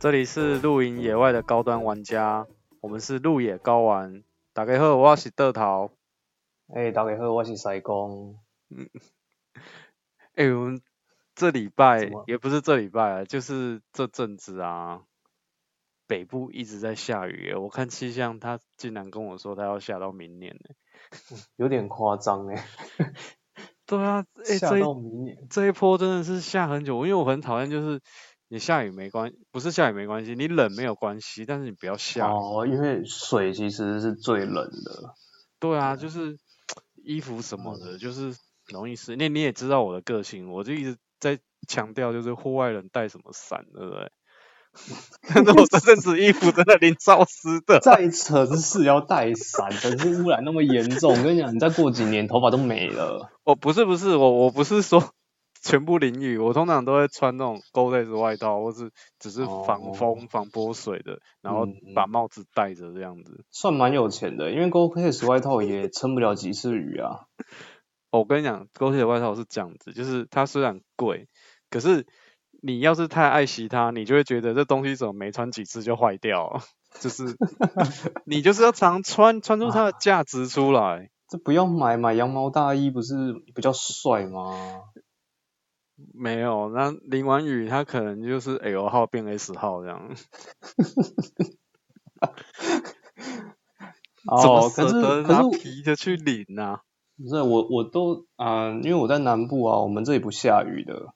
这里是露营野外的高端玩家，我们是露野高玩。打开后，我是德桃。哎、大家好，我是塞工。哎、我们这礼拜怎么也不是这礼拜啊，就是这阵子啊，北部一直在下雨耶。我看气象，他竟然跟我说他要下到明年呢。有点夸张哎，对啊，哎、下这一到明年。这一波真的是下很久，因为我很讨厌就是你下雨没关，不是下雨没关系，你冷没有关系，但是你不要下雨。哦，因为水其实是最冷的。对啊，就是衣服什么的，就是容易湿。那你也知道我的个性，我就一直在强调，就是户外人带什么伞，对不对？ 但是我这阵子衣服真的淋潮湿的，在城市要带伞，城市污染那么严重，我跟你讲，你再过几年头发都没了。我不是不是我我不是说 全部淋雨，我通常都会穿那种 g o d a y 外套，或是只是防风、防泼水的，然后嗯嗯把帽子戴着这样子。算蛮有钱的，因为 Go Case 外套也撑不了几次雨啊。哦我跟你讲，狗血外套是这样子，就是它虽然贵，可是你要是太爱惜它，你就会觉得这东西怎么没穿几次就坏掉了，就是 你就是要常穿，穿出它的价值出来。这不要买，买羊毛大衣不是比较帅吗？没有，那淋完雨它可能就是 L 号变 S 号这样，怎么哦，可舍是得可拿是皮的去淋啊？不是我我都啊、因为我在南部啊，我们这里不下雨的。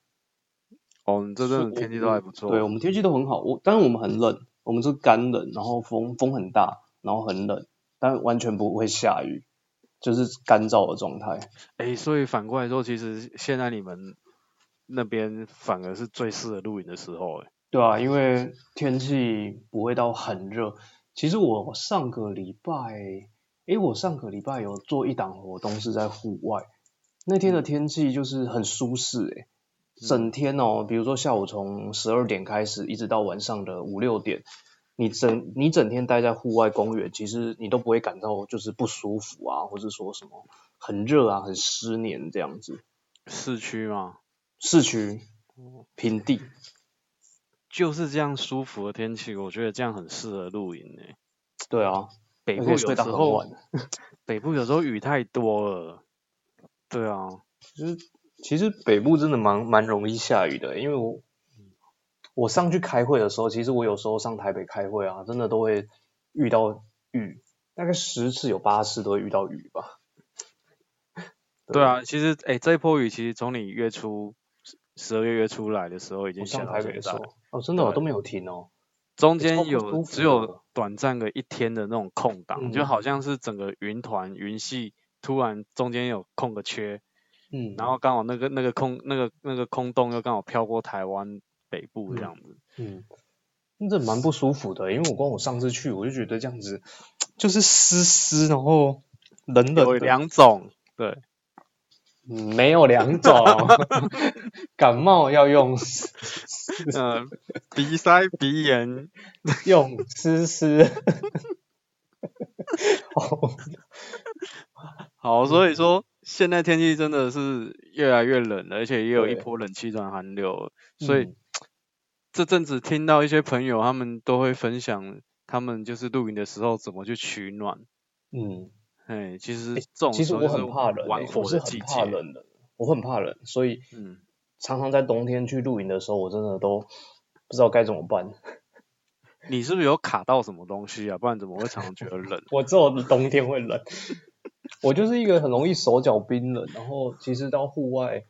哦，你这阵我子天气都还不错。对，我们天气都很好，我但是我们很冷，我们是干冷，然后风风很大，然后很冷，但完全不会下雨，就是干燥的状态。哎，所以反过来说，其实现在你们那边反而是最适合露营的时候，哎，对啊，因为天气不会到很热。其实我上个礼拜，诶，我上个礼拜有做一档活动是在户外，那嗯天的天气就是很舒适，诶，整天哦，比如说下午从十二点开始，一直到晚上的五六点，你整你整天待在户外公园，其实你都不会感到就是不舒服啊，或者说什么很热啊、很湿黏这样子。市区嘛。市区嗯平地，就是这样舒服的天气，我觉得这样很适合露营诶、对啊，北部而且有睡时到很候晚。北部有时候雨太多了，对啊，其实北部真的蛮蛮容易下雨的，因为我我上去开会的时候，其实我有时候上台北开会啊，真的都会遇到雨，大概十次有八次都会遇到雨吧。 对啊，其实诶、这一波雨其实从你月初十二月月初来的时候已经我下上到台北现的时在候，，哦，真的哦对都没有停哦。中超间不有舒只服有的短暂个一天的那种空档，就嗯好像是整个云团云系突然中间有空个缺，嗯，然后刚好那个那个空那个那个空洞又刚好飘过台湾北部这嗯样子。嗯，那这蛮不舒服的，因为我光我上次去，我就觉得这样子就是湿湿，然后有冷冷的，两种，对，嗯没有 两种，感冒要用湿嗯，鼻塞、鼻炎， 用诗诗。哦，好，所以说现在天气真的是越来越冷了，而且也有一对嗯波冷气团寒流了， 所以这阵子听到一些朋友他们都会分享，他们就是露营的时候怎么去取暖。嗯，哎，其实诶这种其时实候我就是很怕冷、欸，玩我火是的很季怕节，冷的，我很怕冷，所以嗯，常常在冬天去露营的时候，我真的都不知道该怎么办。你是不是有卡到什么东西啊？不然怎么会常常觉得冷？我只有冬天会冷， 我就是一个很容易手脚冰冷，然后其实到户外，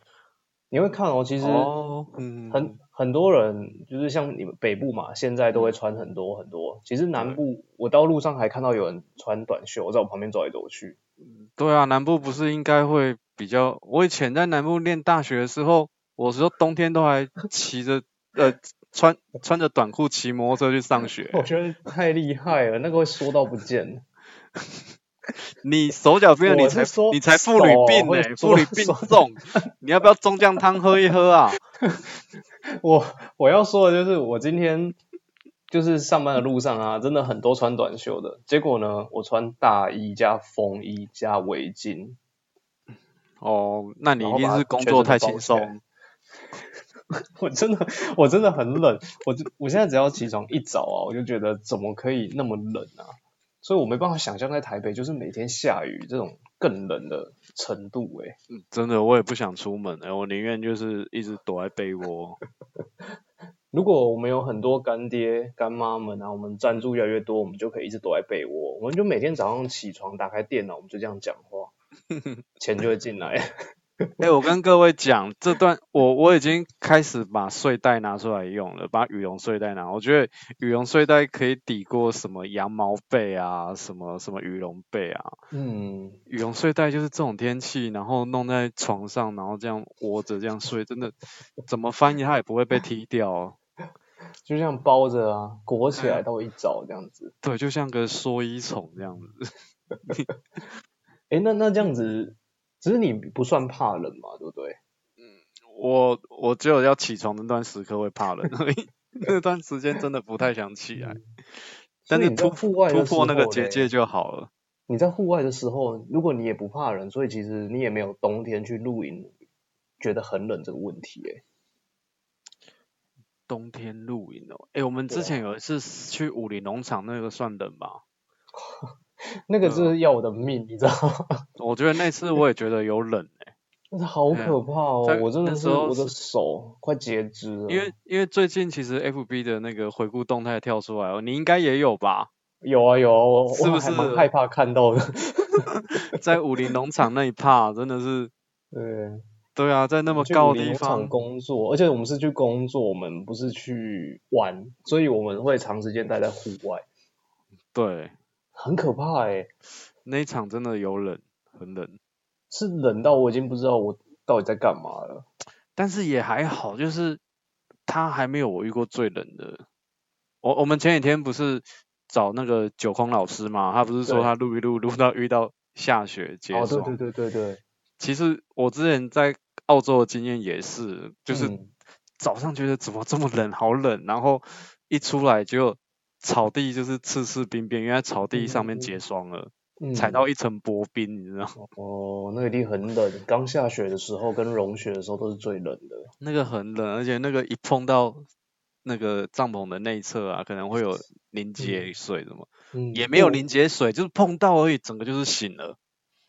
你会看哦， 其实哦，嗯，很很多人就是像你们北部嘛，现在都会穿很多很多。其实南部，我到路上还看到有人穿短袖，我在我旁边走来走去。，对啊，南部不是应该会比较？我以前在南部念大学的时候，我说冬天都还骑着呃穿穿着短裤骑摩托车去上学我觉得太厉害了，那个会缩到不见。你手脚冰冷，你我是才说你才妇女手病呢、会妇女缩病缩重，你要不要中酱汤喝一喝 啊？我我要说的就是，我今天就是上班的路上啊，真的很多穿短袖的。结果呢，我穿大衣加风衣加围巾，哦，那你然一定后把是它工全作身都太包轻起来松，我真的我真的很冷，我就我现在只要起床一早啊，我就觉得怎么可以那么冷啊？所以我没办法想象在台北就是每天下雨这种更冷的程度欸诶、真的，我也不想出门，哎，我宁愿就是一直躲在被窝。如果我们有很多干爹干妈们啊，我们赞助越来越多，我们就可以一直躲在被窝，我们就每天早上起床打开电脑，我们就这样讲 话，钱就会进来。哎、我跟各位讲，这段我我已经开始把睡袋拿出来用了，把羽绒睡袋拿。我觉得羽绒睡袋可以抵过什么羊毛被啊，什么什么羽绒被啊。嗯，羽绒睡袋就是这种天气，然后弄在床上，然后这样窝着这样睡，真的怎么翻它也不会被踢掉、哦。就像包着啊，裹起来到一早这样子。对，就像个蓑衣虫这样子。诶，那那这样嗯子，只是你不算怕冷嘛，对不对？我我只有要起床那段时刻会怕冷而已， 那段时间真的不太想起来。但所以是你突在户外突的时破那个候结嘞界就好了。你在户外的时候，如果你也不怕冷，所以其实你也没有冬天去露营觉得很冷这个问题、欸。冬天露营哦，哎，我们对之啊前有一次去武林农场，那个算冷吧？那啊个真是要我的命，你知道吗？我觉得那次我也觉得有冷哎、真的好可怕哦！嗯我真的那是时候我的手快截肢了。因为因为最近其实 FB 的那个回顾动态跳出来哦，你应该也有 吧？有啊有啊，我我是不还是蛮害怕看到的。 在武林农场那一趴真的是，对，对啊，在那么去高武的林地农场方，工作，而且我们是去工作，我们不是去玩，所以我们会长时间待在户外，对，很可怕哎、那一场真的有冷，很冷，是冷到我已经不知道我到底在干嘛了。但是也还好，就是他还没有我遇过最冷的。我我们前几天不是找那个九空老师嘛，他不是说对他录一录录到遇到下雪结哦，霜。对对对对对，其实我之前在澳洲的经验也是，就是嗯早上觉得怎么这么冷，好冷，然后一出来就草地就是刺刺冰冰，因为它草地上面嗯嗯结霜了，嗯踩到一层薄冰，你知道吗，哦，那一定很冷。刚下雪的时候跟融雪的时候都是最冷的。那个很冷，而且那个一碰到那个帐篷的内侧啊，可能会有凝结水什么，嗯，也没有我凝结水，就是碰到而已，整个就是醒了。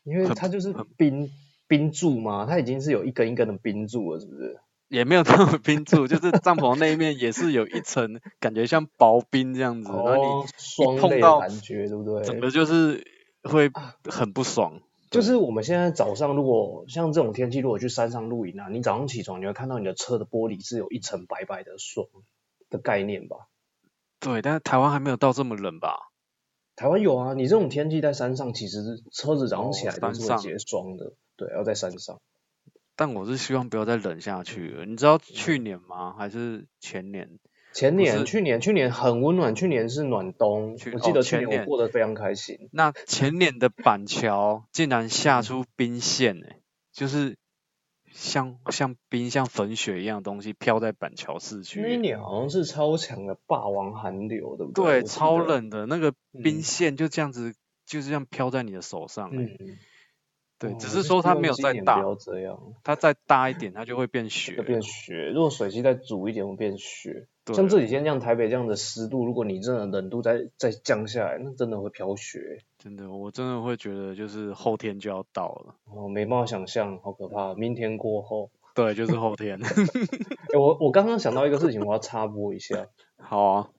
因为很它就是冰冰柱嘛，它已经是有一根一根的冰柱了，是不是？也没有那么冰柱，就是帐篷那一面也是有一层感觉像薄冰这样子，然后你哦，双碰类到的感觉，对不整对？个就是会很不爽。就是我们现在早上，如果像这种天气，如果去山上露营啊，你早上起床你会看到你的车的玻璃是有一层白白的霜的概念吧？对，但是台湾还没有到这么冷吧？台湾有啊，你这种天气在山上，其实车子早上哦起来山都是会上结霜的，对，要在山上。但我是希望不要再冷下去了。你知道嗯去年吗？还是前年？前不年、是去年、去年很温暖，去年是暖冬，去我记哦得去前年年我过得非常开心。那前年的板桥竟然嗯下出冰线、欸，就是像像冰像粉雪一样的东西飘在板桥市区那一欸、年好像是超强的霸王寒流，对不对对，我记超得。冷的那个嗯冰线就这样子，就这样飘在你的手上、欸。嗯，对，哦只我是希说它望没有今再年大不，要这样，它再大一点，它就会变雪就变了。雪。如果水汽再煮一点，会变雪。对像这几天这样台北这样的湿度，如果你真的冷度再再降下来，那真的会飘雪。真的，我真的会觉得就是后天就要到了。 哦，没办法想象，好可怕！明天过后，对，就是后天。 诶我我刚刚想到一个事情，我要插播一下。好啊，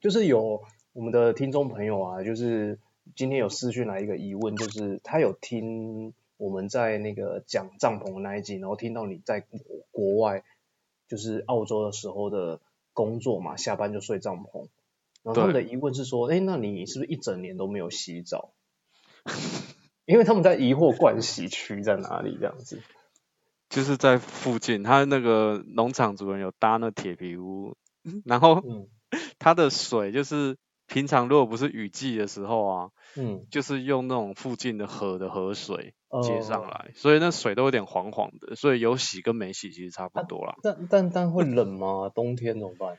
就是有我们的听众朋友啊，就是今天有私讯来一个疑问，就是他有听我们在那个讲帐篷的那一集，然后听到你在国国外就是澳洲的时候的工作嘛，下班就睡帐篷。然后他们的疑问是说，哎，那你是不是一整年都没有洗澡？ 因为他们在疑惑盥洗区在哪里这样子。就是在附近，他那个农场主人有搭那铁皮屋， 然后嗯它的水就是平常如果不是雨季的时候啊，嗯，就是用那种附近的河的河水呃接上来，所以那水都有点黄黄的，所以有洗跟没洗其实差不多啦。但但但会冷吗？冬天怎么办？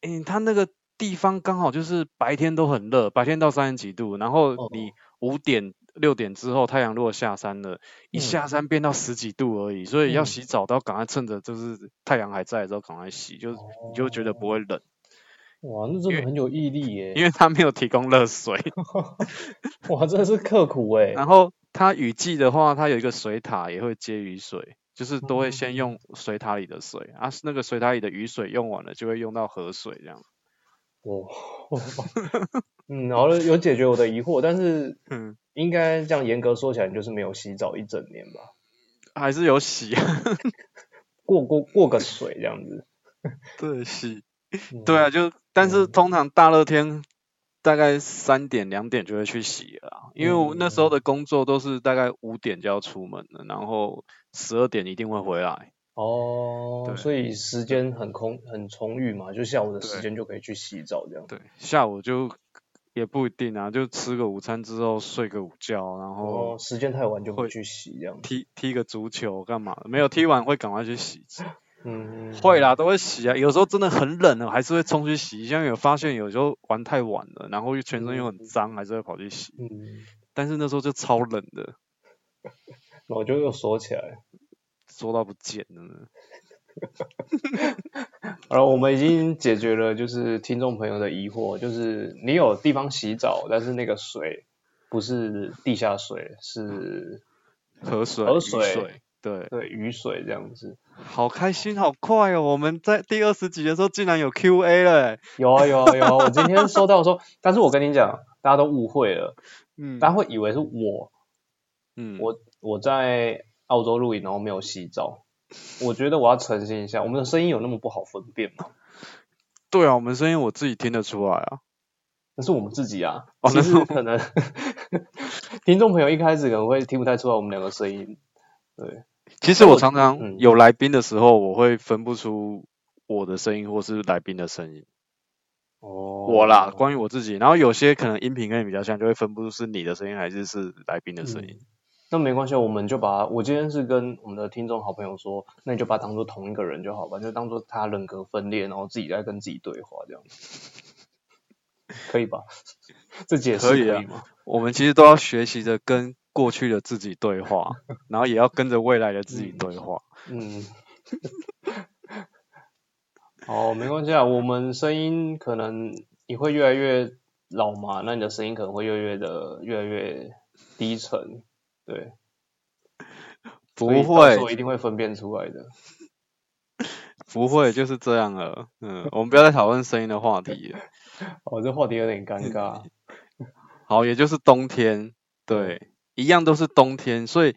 诶、它那个地方刚好就是白天都很热，白天到三十几度，然后你五点六点之后，太阳如果下山了，一嗯下山变到十几度而已，所以要嗯洗澡都要赶快趁着就是太阳还在的时候赶快洗，就是哦你就觉得不会冷，哇，那真的很有毅力因耶！为它没有提供热水。 哇，真的是刻苦哎。然后它雨季的话，它有一个水塔也会接雨水，就是都会先用水塔里的水、啊，那个水塔里的雨水用完了，就会用到河水这样。哦，嗯，然后有解决我的疑惑，但是 嗯，应该这样严格说起来，你就是没有洗澡一整年吧？还是有洗啊，过过过个水这样子。对，洗。嗯对啊，，就但是嗯通常大热天大概三点两点就会去洗了啊，因为嗯我那时候的工作都是大概五点就要出门了，然后十二点一定会回来。哦对，所以时间很空很充裕嘛，就下午的时对间就可以去洗澡这样。对，下午就也不一定啊，就吃个午餐之后睡个午觉，然哦，后时间太晚就不会去洗这样。踢踢个足球干嘛的？没有踢完会赶快去洗。嗯，会啦，都会洗啊。有时候真的很冷了，还是会冲去洗。像有发现有时候玩太晚了，然后又全身又很脏，还是会跑去洗。嗯，但是那时候就超冷的。那我就又锁起来。说到不见了呢。好了，我们已经解决了就是听众朋友的疑惑，就是你有地方洗澡，但是那个水不是地下水，是河水、河雨水对，对雨水这样子。好开心，好快哦！我们在第二十集的时候竟然有 Q&A 了欸，有啊有啊有啊，我今天收到说，但是我跟你讲，大家都误会了，嗯大家会以为是我嗯，我我在澳洲露营，然后没有洗澡。我觉得我要澄清一下，我们的声音有那么不好分辨吗？对啊，我们声音我自己听得出来啊，那是我们自己啊，哦其那是实可能 听众朋友一开始可能会听不太出来我们两个声音，对，其实我我常常嗯有来宾的时候，我会分不出我的声音或是来宾的声音，哦我啦，关于我自己，然后有些可能音频跟你比较像，就会分不出是你的声音还是是来宾的声音。嗯那没关系，我们就把我今天是跟我们的听众好朋友说，那你就把它当做同一个人就好吧，就当做他人格分裂，然后自己在跟自己对话这样，可以吧？这解释可以啊吗？我们其实都要学习着跟过去的自己对话，然后也要跟着未来的自己嗯对话。嗯，哦，没关系啊，我们声音可能你会越来越老嘛，那你的声音可能会越来越的越来越低沉，对，所以不到会时，候一定会分辨出来的。不会，就是这样了。嗯，我们不要再讨论声音的话题了。哦，这话题有点 尴尬，好，也就是冬天，对，一样都是冬天，所以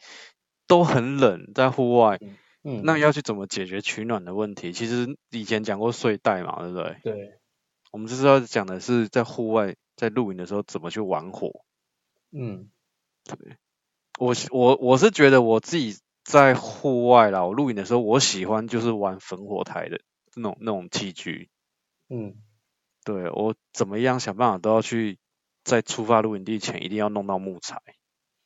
都很冷，在户外。嗯，那要去怎么解决取暖的问题？其实以前讲过睡袋嘛，对不对？对。我们这次要讲的是在户外，在露营的时候怎么去玩火。嗯我是我我是觉得我自己在户外啦，我露营的时候，我喜欢就是玩焚火台的那种那种器具。嗯，对我怎么样想办法都要去，在出发露营地前一定要弄到木材。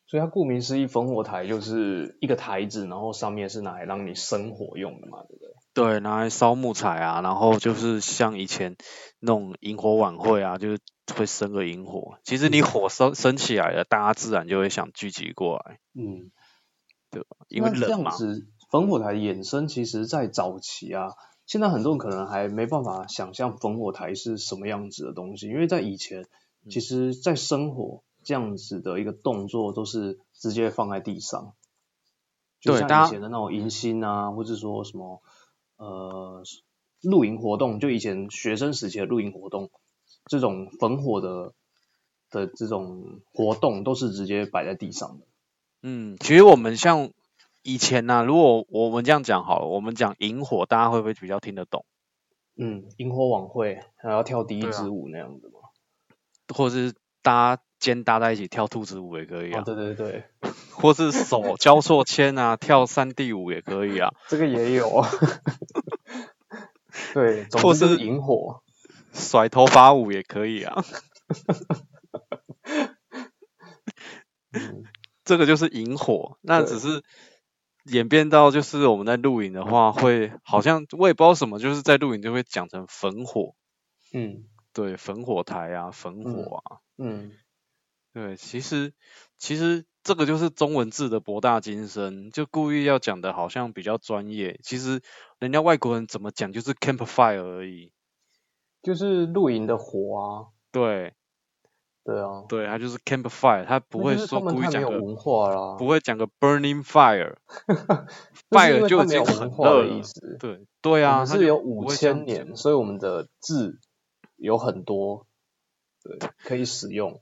所以它顾名思义，烽火台就是一个台子，然后上面是拿来让你生火用的嘛，对不对？对，拿来烧木材啊，然后就是像以前那种萤火晚会啊，就是会生个萤火。其嗯实你火烧升起来了，大家自然就会想聚集过来，嗯，因为那这冷样嘛。子，烽火台衍生其实在早期啊，现在很多人可能还没办法想象烽火台是什么样子的东西，因为在以前，嗯其实在生火这样子的一个动作都是直接放在地上，就对大像家以前的那种迎新啊，或者说什么呃露营活动，就以前学生时期的露营活动，这种焚火的的这种活动都是直接摆在地上的。嗯，其实我们像以前呐、如果我们这样讲好了，我们讲萤火，大家会不会比较听得懂？嗯，萤火晚会还要跳第一对啊支舞那样子嘛。或是搭肩搭在一起跳兔子舞也可以哦啊，，对对对，或是手交错牵啊，跳三 D 舞也可以啊。这个也有。 对，总或之就是是萤火。甩头发舞也可以啊，嗯这个就是引火。那对只是演变到就是我们在录影的话，会好像我也不知道什么，就是在录影就会讲成焚火，嗯对，焚火台啊，焚火啊，嗯，对，其实其实这个就是中文字的博大精深，就故意要讲的好像比较专业，其实人家外国人怎么讲就是 campfire 而已。就是露营的火啊，对对啊，对，他就是 campfire，他不那会就是说他们故意太没讲有个文化啦，不会讲个 burning fire，那是因 fire 为就他已没经有很文化热的了意思。对对我啊，们他是就有不五会这样讲千年，所以我们的字有很多，对，可以使用。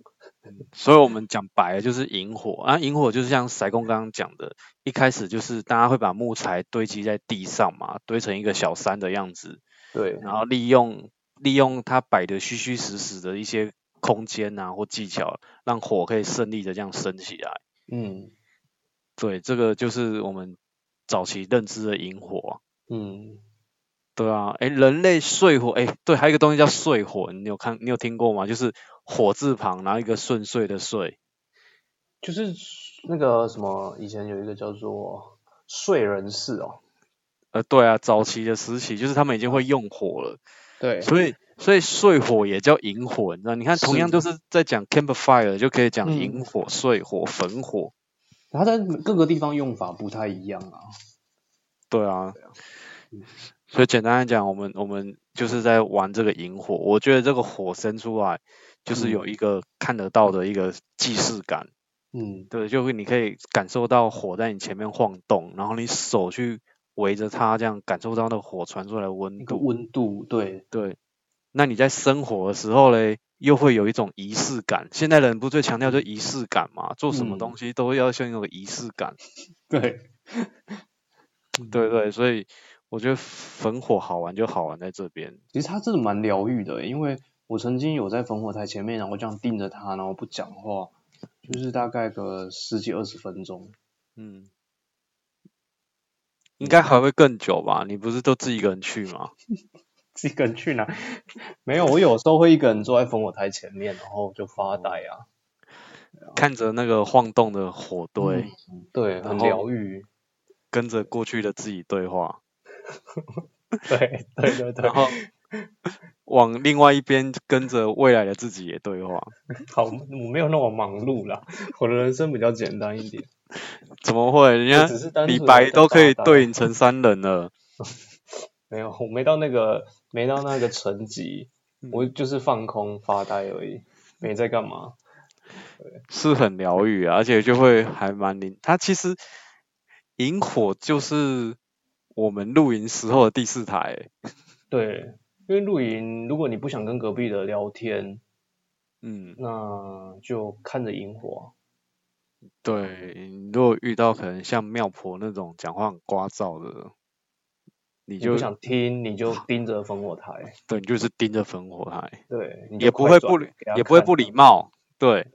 所以我们讲白了就是引火啊，引火就是像塞工刚刚讲的，一开始就是大家会把木材堆积在地上嘛，堆成一个小山的样子，对，然后利用利用它摆的虚虚实实的一些空间啊或技巧，让火可以顺利的这样升起来。嗯对，这个就是我们早期认知的引火啊、嗯，对啊，哎，人类睡火，哎，对，还有一个东西叫睡火，你有看，你有听过吗？就是火字旁，然后一个顺遂的遂，就是那个什么，以前有一个叫做燧人氏哦，呃，对啊，早期的时期就是他们已经会用火了，对所以所以睡火也叫引火，你知道？你看，同样是都是在讲 campfire，就可以讲引嗯火、睡火、焚火，它在各个地方用法不太一样啊。对啊嗯。所以简单来讲，我们我们就是在玩这个引火，我觉得这个火生出来就是有一个看得到的一个既视感。嗯，对，就会你可以感受到火在你前面晃动，然后你手去围着它，这样感受到那火传出来的温那个度。温度，对，对，那你在生火的时候嘞，又会有一种仪式感。现代人不最强调就仪式感嘛，做什么嗯东西都要先有个仪式感。对，嗯对对，所以我觉得焚火好玩就好玩在这边。其实它真的蛮疗愈的，因为我曾经有在烽火台前面，然后这样盯着它，然后不讲话，就是大概个十几二十分钟。嗯，应该还会更久吧？你不是都自己一个人去吗？自己一个人去哪？没有，我有时候会一个人坐在烽火台前面，然后就发呆啊。嗯看着那个晃动的火堆，对，然很后疗愈。跟着过去的自己对话。对对对对然，后往另外一边跟着未来的自己也对话，好，我没有那么忙碌啦，我的人生比较简单一点。怎么会？人家我只是单李纯白地都可以发呆对影成三人了，没有，我没到那个没到那个层级嗯，我就是放空发呆而已，没在干嘛。是很疗愈啊，而且就会还蛮灵。它其实萤火就是我们露营时候的第四台欸、对，因为露营，如果你不想跟隔壁的聊天，嗯，那就看着萤火对，你如果遇到可能像妙婆那种讲话很聒噪的，你啊。你就不想听，你就盯着烽火台。对，你就是盯着烽火台，对，你就也不快会转不礼给他也不会看不礼，貌，对，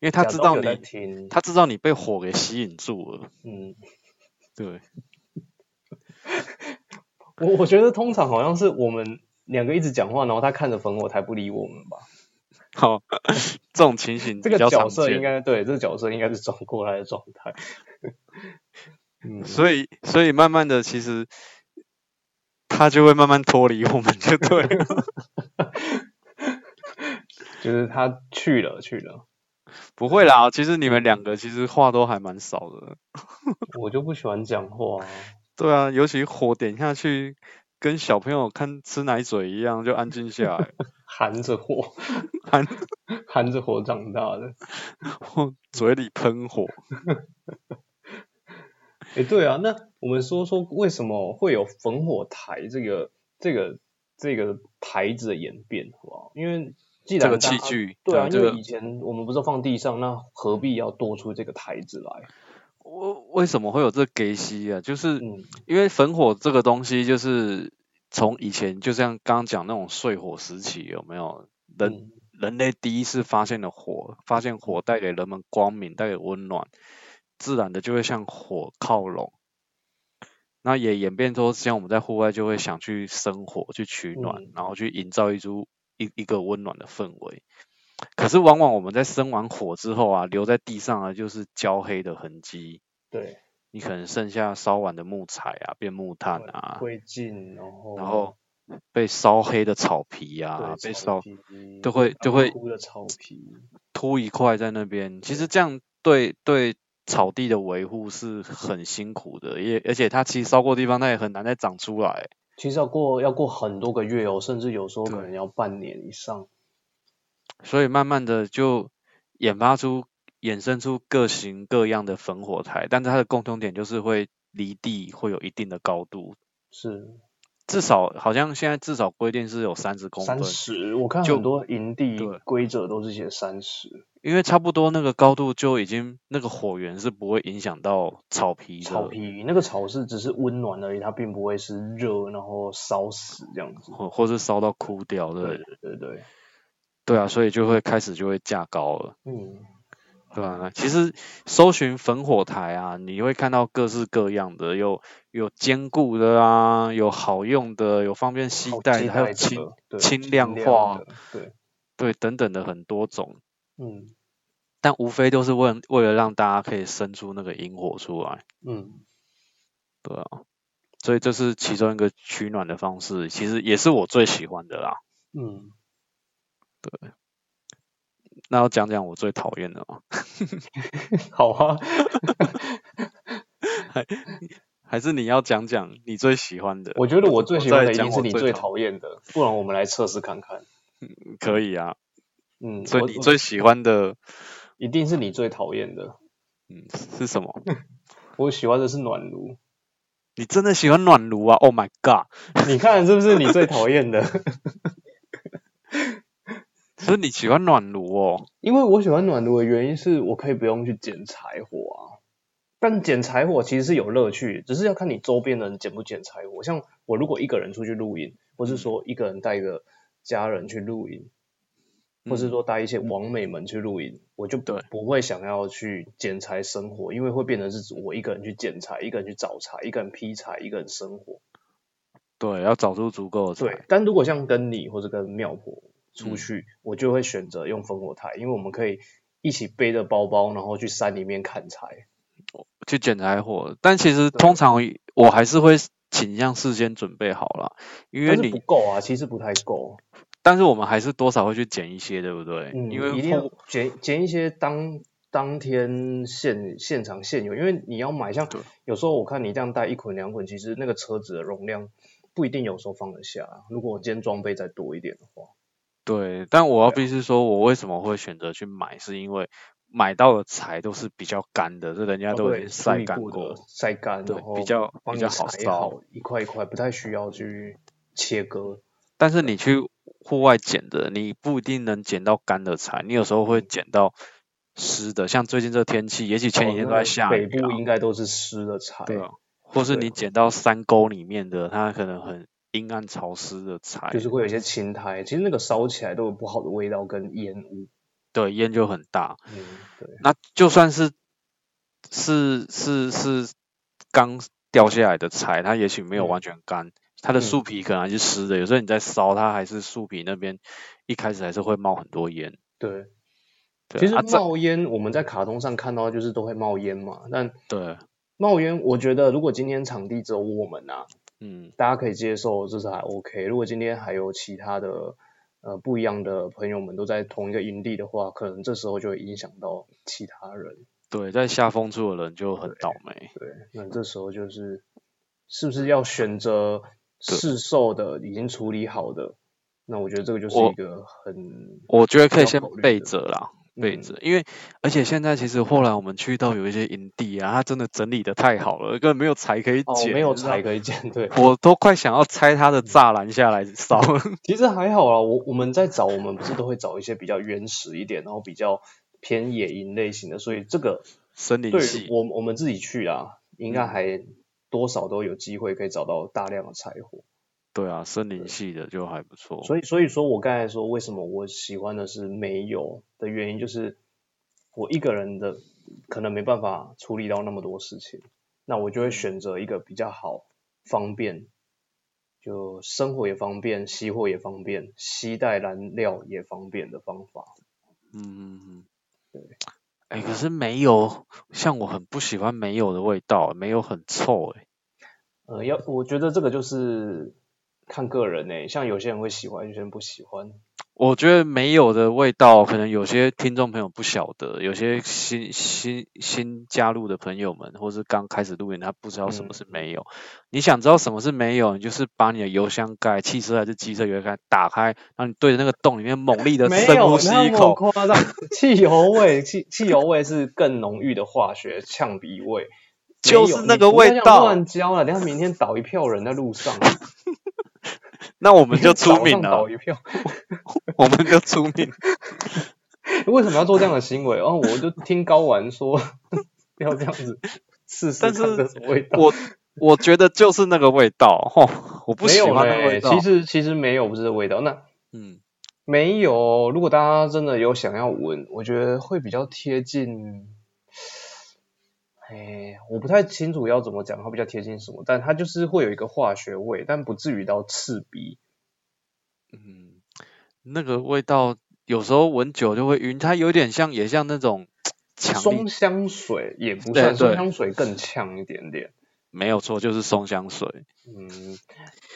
因为他假知道装有在你听，他知道你被火给吸引住了，嗯，对，我我觉得通常好像是我们两个一直讲话，然后他看着烽火台不理我们吧。好，这种情形这比个较角常色应见，该对，这个角色应该是转过来的状 态。 嗯，所以所以慢慢的其实他就会慢慢脱离我们，就对 了就是他去了去 了，不会啦，其实你们两个其实话都还蛮少的，我就不喜欢讲话啊、对啊，尤其火点下去，跟小朋友看吃奶嘴一样，就安静下来， 含着火，含含着火长大的。后嘴里喷火，诶，对啊，那我们说说为什么会有烽火台这个这个这个牌子的演变，好不好？因为既这然个大器家具，嗯对啊，这因为个以前我们不是放地上，那何必要多出这个台子来？我为什么会有这给息啊？就是嗯，因为焚火这个东西，就是从以前就像刚刚讲那种睡火时期，有没有人、嗯人类第一次发现了火，发现火带给人们光明，带给温暖，自然的就会向火靠拢。那也演变出，像我们在户外就会想去生火，去取暖，嗯然后去营造一株一一个温暖的氛围。可是往往我们在生完火之后啊，留在地上啊就是焦黑的痕迹，对，你可能剩下烧完的木材啊，变木炭灰啊，灰烬，然后然后被烧黑的草皮啊，对，被草烧皮啊都会都会枯的草皮，秃一块在那边，其实这样对对草地的维护是很辛苦的，也而且它其实烧过的地方它也很难再长出来。其实要过要过很多个月哦，甚至有时候可对能要半年以上。所以慢慢的就研发出、衍生出各型各样的焚火台，但是它的共同点就是会离地会有一定的高度，是至少好像现在至少规定是有三十公分三，十，我看就很多营地对规则都是写三十，因为差不多那个高度就已经那个火源是不会影响到草皮的。草皮那个草是只是温暖而已，它并不会是热然后烧死这样子。或或是烧到枯掉对的，对对对，对啊，所以就会开始就会架高了。嗯，对啊，其实搜寻焚火台啊，你会看到各式各样的，有有坚固的啊，有好用的，有方便携好带期的，还有待这轻个对轻轻量化的，对，对等等的很多种，嗯但无非都是为为了让大家可以生出那个萤火出来，嗯，对啊，所以这是其中一个取暖的方式，其实也是我最喜欢的啦。嗯，那要讲讲我最讨厌的吗？好啊，还是你要讲讲你最喜欢的？我觉得我最喜欢再的一讲定是我你最最讨讨厌的，不然我们来测试看看。可以啊，嗯，所以我你我最喜欢的一定是你最讨厌的，嗯是什么？我喜欢的是暖炉，你真的喜欢暖炉啊？Oh my god！你看是不是你最讨厌的？ 所以你喜欢暖炉哦？因为我喜欢暖炉的原因是我可以不用去捡柴火啊，但捡柴火其实是有乐趣，只是要看你周边的人捡不捡柴火。像我如果一个人出去露营，或是说一个人带个家人去露营，或是嗯说带一些网美们去露营，我就不对不会想要去捡柴生火，因为会变成是我一个人去捡柴，一个人去找柴，一个人劈柴，一个人生火。对，要找出足够的对柴。，但如果像跟你或者跟妙婆出嗯去，我就会选择用烽火台，因为我们可以一起背着包包，然后去山里面砍柴。去捡柴火。但其实对通常我还是会倾向事先准备好啦，因为但是你不够啊，其实不太够。但是我们还是多少会去捡一些，对不对？嗯，因一为定要后捡捡一些当当天现现场现有，因为你要买，像对有时候我看你这样带一捆两捆，其实那个车子的容量不一定有时候放得下啊。如果我今天装备再多一点的话，对，但我要必啊须说，我为什么会选择去买，是因为买到的柴都是比较干的，这人家哦都已对经处晒理干过的过，晒干，对然后比较帮比你较好裁烧好一块一块，不太需要去切割。但是啊你去户外捡的，你不一定能捡到干的柴，你有时候嗯会捡到湿的。像最近这天气，也许前几哦天都那在下北雨部啊，应该都是湿的柴，对啊，或是对你捡到山沟里面的，它可能很阴暗潮湿的柴，就是会有一些青苔，其实那个烧起来都有不好的味道跟烟雾。对，烟就很大。嗯，对，那就算是是是是刚掉下来的柴，它也许没有嗯完全干，它的嗯树皮可能还是湿的。有时候你在烧它，还是树皮那边一开始还是会冒很多烟。对，对其实啊，这冒烟，我们在卡通上看到就是都会冒烟嘛，但对，冒烟，我觉得如果今天场地只有我们啊，嗯。大家可以接受，这是还 OK。如果今天还有其他的呃不一样的朋友们都在同一个营地的话，可能这时候就会影响到其他人。对，在下风处的人就很倒霉。对，那这时候就是是不是要选择市售的已经处理好的？那我觉得这个就是我一个很我觉得可以要先考虑备的着啦，备嗯着，因为而且现在其实后来我们去到有一些营地啊，它真的整理的太好了，根本没有柴可以哦捡，没有你知道柴，可以捡，对，我都快想要拆它的栅栏下来烧 了。其实还好啦，我我们在找，我们不是都会找一些比较原始一点，然后比较偏野营类型的，所以这个森林对于系，我我们自己去啊，应该嗯还多少都有机会可以找到大量的柴火。对啊，森林系的就还不错。所以所以说我刚才说为什么我喜欢的是没有的原因，就是我一个人的可能没办法处理到那么多事情，那我就会选择一个比较好、方便，就生活也方便，吸火也方便，吸带燃料也方便的方法。嗯嗯嗯，哎、可是煤油，像我很不喜欢煤油的味道，煤油很臭哎、呃，要我觉得这个就是看个人呢、像有些人会喜欢，有些人不喜欢。我觉得没有的味道，可能有些听众朋友不晓得，有些新新新加入的朋友们，或是刚开始录音，他不知道什嗯么是没有。你想知道什么是没有，你就是把你的油箱盖，汽车还是机车油箱盖打开，然后你对着那个洞里面猛力的没深呼有吸那一么口，夸张，汽油味，汽汽油味是更浓郁的化学呛鼻味，就没有是那个味你不要这样道。乱教了，等下明天倒一票人在 路上，那我们就出明名 天早上倒了，一票。我们就出名。为什么要做这样的行为？哦，我就听高玩说不要这样子试试看但是这什么味 道。我我觉得就是那个味道，吼，我不没喜有欢那个味嘞，道。其实其实没有不是这味道，那嗯，没有。如果大家真的有想要闻，我觉得会比较贴近。哎，我不太清楚要怎么讲，它比较贴近什么，但它就是会有一个化学味，但不至于到刺鼻。嗯，那个味道有时候闻久就会晕，它有点像，也像那种强力，松香水也不对算，松对香水更呛一点点。没有错，就是松香水。嗯，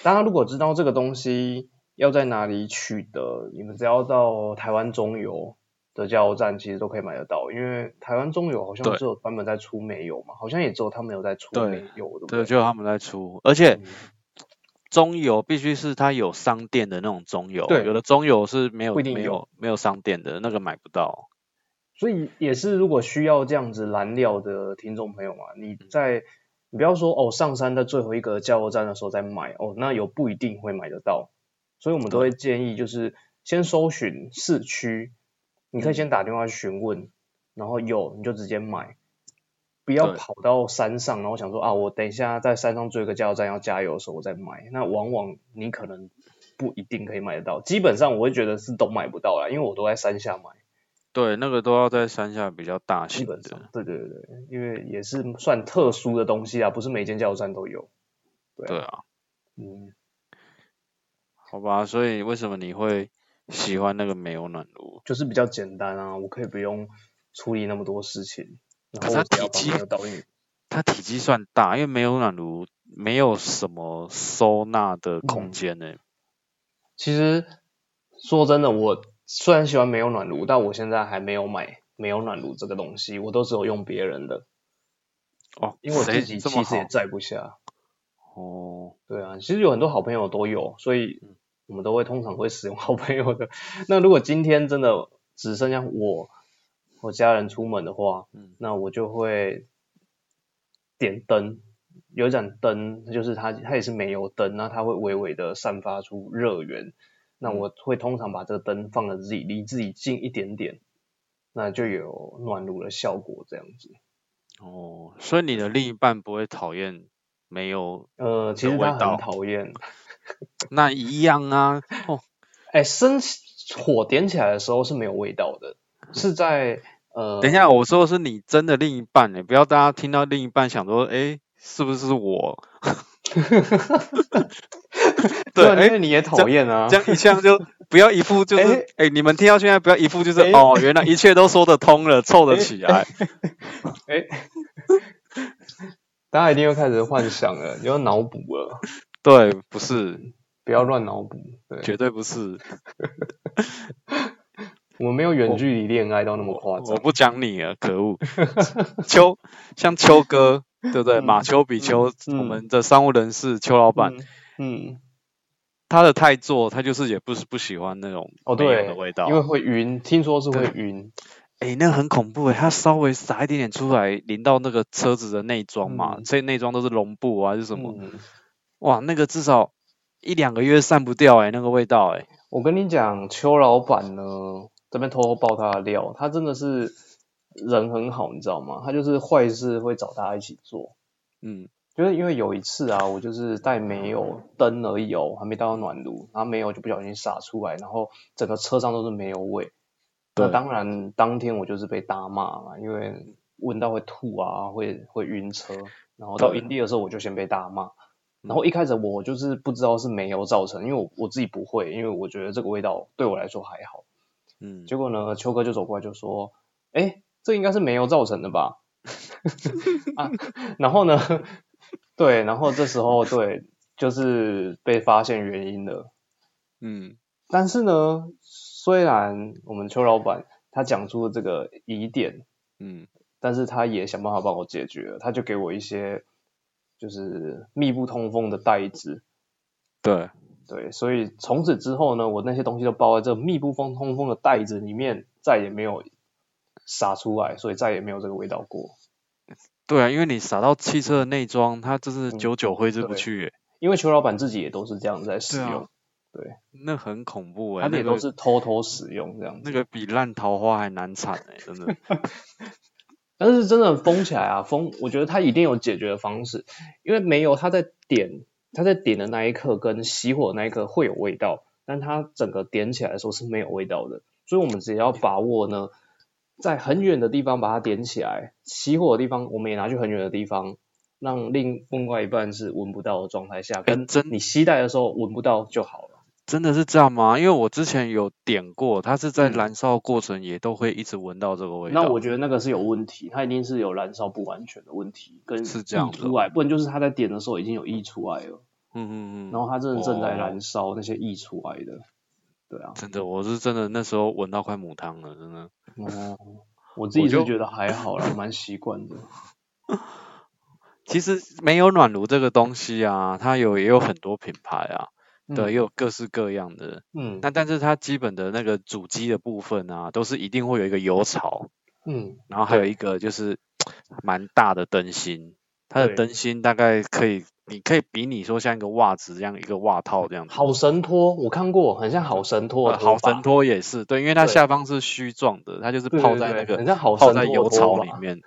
大家如果知道这个东西要在哪里取得，你们只要到台湾中油的加油站，其实都可以买得到。因为台湾中油好像对只有专门在出煤油嘛，好像也只有他们有在出对煤油，对不对，对？就他们在出，而且嗯中油必须是它有商店的那种中油，对有的中油是没有不一定没有有没有商店的那个买不到。所以也是，如果需要这样子燃料的听众朋友嘛，你在你不要说哦，上山在最后一个加油站的时候再买哦，那有不一定会买得到，所以我们都会建议就是先搜寻市区，你可以先打电话去询问，然后有你就直接买，不要对跑到山上，然后想说啊，我等一下在山上最后一个加油站要加油的时候我再买，那往往你可能不一定可以买得到，基本上我会觉得是都买不到啦，因为我都在山下买。对，那个都要在山下比较大基型本的上，。对对对对，因为也是算特殊的东西啊，不是每间加油站都有。对对啊，嗯，好吧，所以为什么你会喜欢那个煤油暖炉？就是比较简单啊，我可以不用处理那么多事情，然可是后它我只要体积把那个倒运。它体积算大，因为煤油暖炉没有什么收纳的空嗯间呢、欸其实说真的，我虽然喜欢没有暖炉，但我现在还没有买没有暖炉这个东西，我都只有用别人的，哦，因为我谁自己这么其实也好载不下。哦，对啊，其实有很多好朋友都有，所以嗯我们都会通常会使用好朋友的。那如果今天真的只剩下我和家人出门的话，嗯那我就会点灯，有一盏灯，就是它它也是煤油灯，那它会微微的散发出热源。那嗯我会通常把这个灯放的自己离自己近一点点，那就有暖炉的效果这样子。哦，所以你的另一半不会讨厌没有？呃，其有实味他道很讨厌，那一样啊。哦，哎，生起火点起来的时候是没有味道的，是在呃，等一下，我说的是你真的另一半欸呢，不要大家听到另一半想说，哎，是不是 我？ 对，啊因哎，为你也讨厌啊这，样一向就不要一副就是哎，哎，你们听到现在不要一副就是哎哦，原来一切都说得通了，凑得哎起来。大家一定又开始幻想了，又要脑补了，对，不是，不要乱脑补。对，绝对不 是，我们没有远距离恋爱到那么夸我张不。讲你了，可 恶。秋像秋哥，对不对？马丘比丘，我嗯们的商务人士邱老板，嗯，嗯，他的太做，他就是也不是不喜欢那种哦没有对的味道，因为会晕，听说是会晕。哎、那很恐怖哎、他稍微撒一点点出来，淋到那个车子的内装嘛，嗯所以内装都是绒布啊，还是什么？嗯，哇，那个至少一两个月散不掉哎、那个味道哎、我跟你讲，邱老板呢，这边偷偷爆他的料，他真的是人很好，你知道吗？他就是坏事会找大家一起做。嗯就是因为有一次啊，我就是带煤油灯而已哦，还没到暖炉，然后煤油就不小心洒出来，然后整个车上都是煤油味。那对当然，当天我就是被大骂嘛，因为闻到会吐啊，会会晕车。然后到对营地的时候，我就先被大骂。然后一开始我就是不知道是煤油造成，因为我我自己不会，因为我觉得这个味道对我来说还好。嗯，结果呢，秋哥就走过来就说：“哎，这应该是煤油造成的吧？” 啊，然后呢，对，然后这时候对就是被发现原因了。嗯，但是呢，虽然我们邱老板他讲出了这个疑点，嗯，但是他也想办法帮我解决了，他就给我一些就是密不通风的袋子，对，对，所以从此之后呢，我那些东西都包在这密不封通风的袋子里面，再也没有洒出来，所以再也没有这个味道过。对啊，因为你撒到汽车的内装，它真是嗯久久挥之不对去欸耶，因为邱老板自己也都是这样在使对啊用，那很恐怖哎，他们那也都个是偷偷使用这样子。那个比烂桃花还难产哎，真的，但是真的封起来啊，封，我觉得他一定有解决的方式，因为没有他在点，他在点的那一刻跟熄火的那一刻会有味道，但他整个点起来的时候是没有味道的，所以我们只要把握呢，在很远的地方把它点起来，熄火的地方我们也拿去很远的地方，让另另外一半是闻不到的状态下，跟哎真你吸带的时候闻不到就好了。真的是这样吗？因为我之前有点过，它是在嗯燃烧过程也都会一直闻到这个味道。那我觉得那个是有问题，它一定是有燃烧不完全的问题，跟是这样溢子出哦来，不然就是它在点的时候已经有溢出来了。嗯嗯然嗯，后它真的正在哦燃烧那些溢出来的，对啊，真的，我是真的那时候闻到快母汤了，真的。哦，我自己我是就觉得还好哦啦，蛮习惯的，其实没有暖炉这个东西啊，它有也有很多品牌啊，对，也有各式各样的。嗯，那但是它基本的那个主机的部分啊，都是一定会有一个油槽，嗯然后还有一个就是蛮大的灯芯，它的对灯芯大概可以，你可以比拟说像一个袜子这样一个袜套这样嗯，子。好神托，我看过，很像好神托啊呃的头好发，神托也是对，因为它对下方是虚状的，它就是对泡对在对那个很像好泡神在托油的头槽里发，面。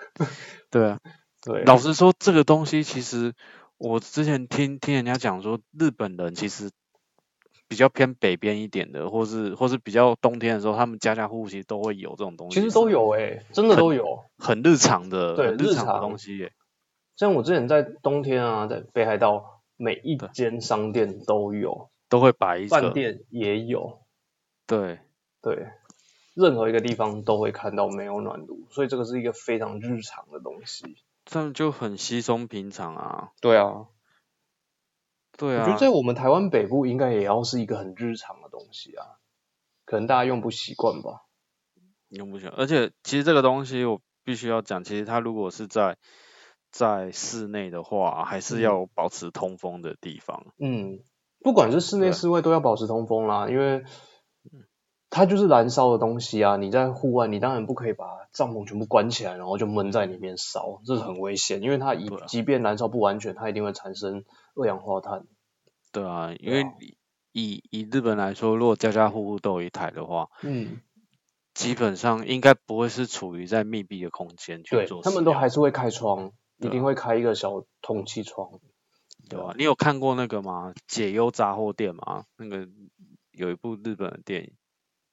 对啊， 对，老实说，这个东西其实我之前听听人家讲说，日本人其实比较偏北边一点的，或是或是比较冬天的时候，他们家家户户其实都会有这种东西，其实都是有诶、真的都有，很日常的，对很日常的常东西耶。像我之前在冬天啊，在北海道，每一对间商店都有，都会摆一饭个，店也有，对，对，任何一个地方都会看到没有暖炉，所以这个是一个非常日常的东西，这样就很稀松平常啊。对啊。对我啊，觉得在我们台湾北部应该也要是一个很日常的东西啊，可能大家用不习惯吧。用不起来。而且其实这个东西我必须要讲，其实它如果是在在室内的话，还是嗯要保持通风的地方。嗯，不管是室内对啊嗯室外都要保持通风啦，因为它就是燃烧的东西啊。你在户外，你当然不可以把帐篷全部关起来，然后就闷在里面烧，这是很危险，因为它一对啊即便燃烧不完全，它一定会产生二氧化碳。对啊，因为对啊以以以日本来说，如果家家户户都有一台的话，嗯，基本上应该不会是处于在密闭的空间去对做，使用。他们都还是会开窗，一对啊定会开一个小通气窗。对啊。你有看过那个吗？解忧杂货店吗？那个有一部日本的电影，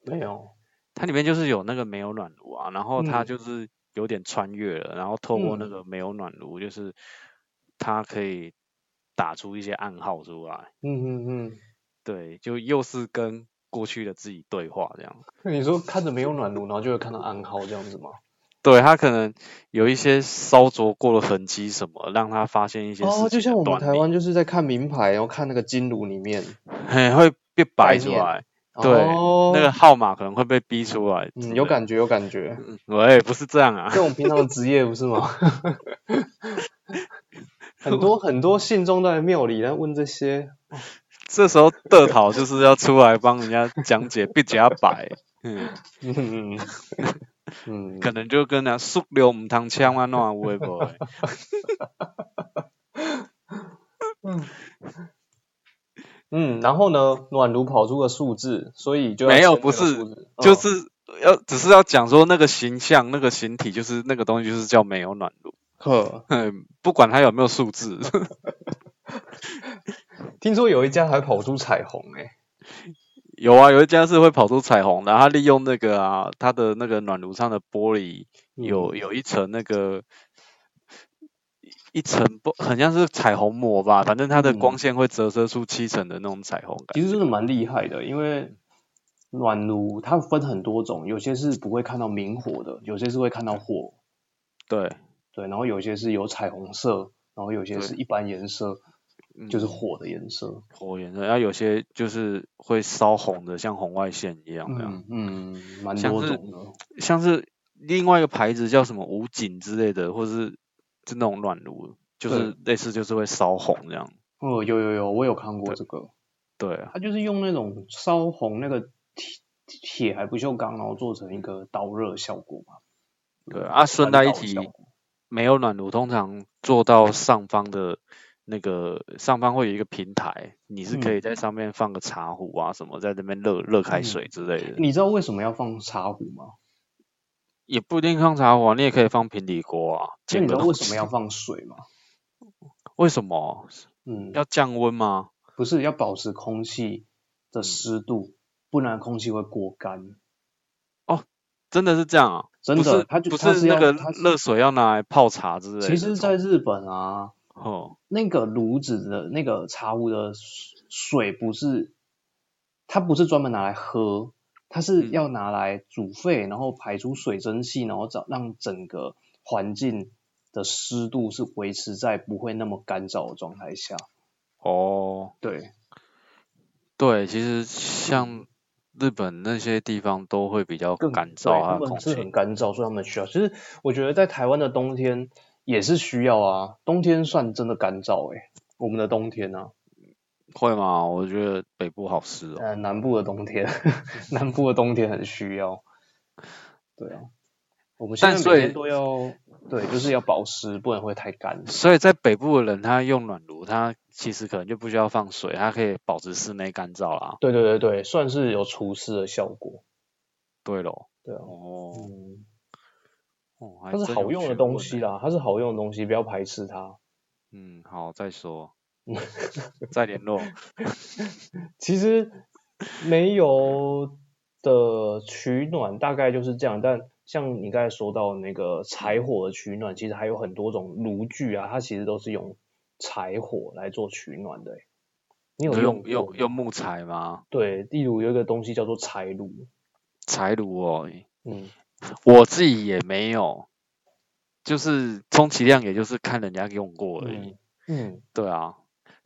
没有，它里面就是有那个没有暖炉啊，然后它嗯就是有点穿越了，然后透过那嗯个没有暖炉，就是它可以打出一些暗号出来，嗯嗯对，就又是跟过去的自己对话这样。嗯，你说看着没有暖炉，然后就会看到暗号这样子吗？对他可能有一些烧灼过的痕迹什么，让他发现一些事情哦，的就像我们端台倪湾就是在看名牌，然后看那个金炉里面，嘿会被摆概出念来，对哦、那个号码可能会被逼出来。嗯有，感觉有感觉，喂，不是这样啊 这，种平常的职业不是 吗？很多很多信众在庙里在问这些，这时候得讨就是要出来帮人家讲解，被加摆。嗯，嗯嗯，可能就跟那速流母汤枪啊，那微博， 嗯，然后呢，暖炉跑出个数字，所以就要没有签不这个是数字，就嗯是要只是要讲说那个形象、那个形体，就是那个东西，就是叫没有暖 炉。哦呵，嗯，不管它有没有数字， 听说有一家还跑出彩虹哎、有啊，有一家是会跑出彩虹的，它利用那个啊，它的那个暖炉上的玻璃嗯有有一层那个一层不，很像是彩虹膜吧，反正它的光嗯线会折射出七层的那种彩虹感。其实真的蛮厉害的，因为暖炉它分很多种，有些是不会看到明火的，有些是会看到火，对，对，然后有些是有彩虹色，然后有些对是一般颜色，就是火的颜色。嗯火颜色，然后有些就是会烧红的，像红外线一样这样。嗯嗯，蛮像多是种的。像是另外一个牌子叫什么武警之类的，或是就那种暖炉，就是类似就是会烧红这样。哦，有有有，我有看过这个，对啊，它就是用那种烧红那个铁铁还不锈钢，然后做成一个导热效果嘛。对嗯啊，啊顺带一提环岛效，果没有暖炉通常做到上方的那个上方会有一个平台，你是嗯可以在上面放个茶壶啊什么，在那边热热开水之类的。嗯你知道为什么要放茶壶吗？也不一定放茶壶啊，你也可以放平底锅啊。那煎你个知道东为什么西要？放水吗？为什么嗯，要降温吗？不是要保持空气嗯的湿度，不然空气会过干。真的是这样啊？真不是的，它就不它是那要个它热水要拿来泡茶之类的这种。其实，在日本啊，哦，那个炉子的那个茶壶的水不是，它不是专门拿来喝，它是嗯要拿来煮沸，然后排出水蒸气，然后找让整个环境的湿度是维持在不会那么干燥的状态下。哦，对，对，其实像日本那些地方都会比较更干对燥啊，他空们是很气。干燥，所以他们需要。其实我觉得在台湾的冬天也是需要啊，冬天算真的干燥诶、我们的冬天啊，会吗？我觉得北部好湿哦。呃，南部的冬天， 南部的冬天很需要。对啊，我们现但在所每以天都要，对，就是要保湿，不然会太干。所以在北部的人，他用暖炉，他其实可能就不需要放水，他可以保持室内干燥啦。对对对对，算是有除湿的效果。对咯，对啊，哦，嗯，哦还它是真好有用学的东问西欸啦，它是好用的东西，不要排斥它。 嗯，好，再说，再联 络。其实煤油的取暖大概就是这样，但像你刚才说到那个柴火的取暖，其实还有很多种炉具啊，它其实都是用柴火来做取暖的欸。你有就用用过用吗用木材吗？对，例如有一个东西叫做柴炉，柴炉哦，嗯，我自己也没有，就是充其量也就是看人家用过而已。嗯嗯，对啊，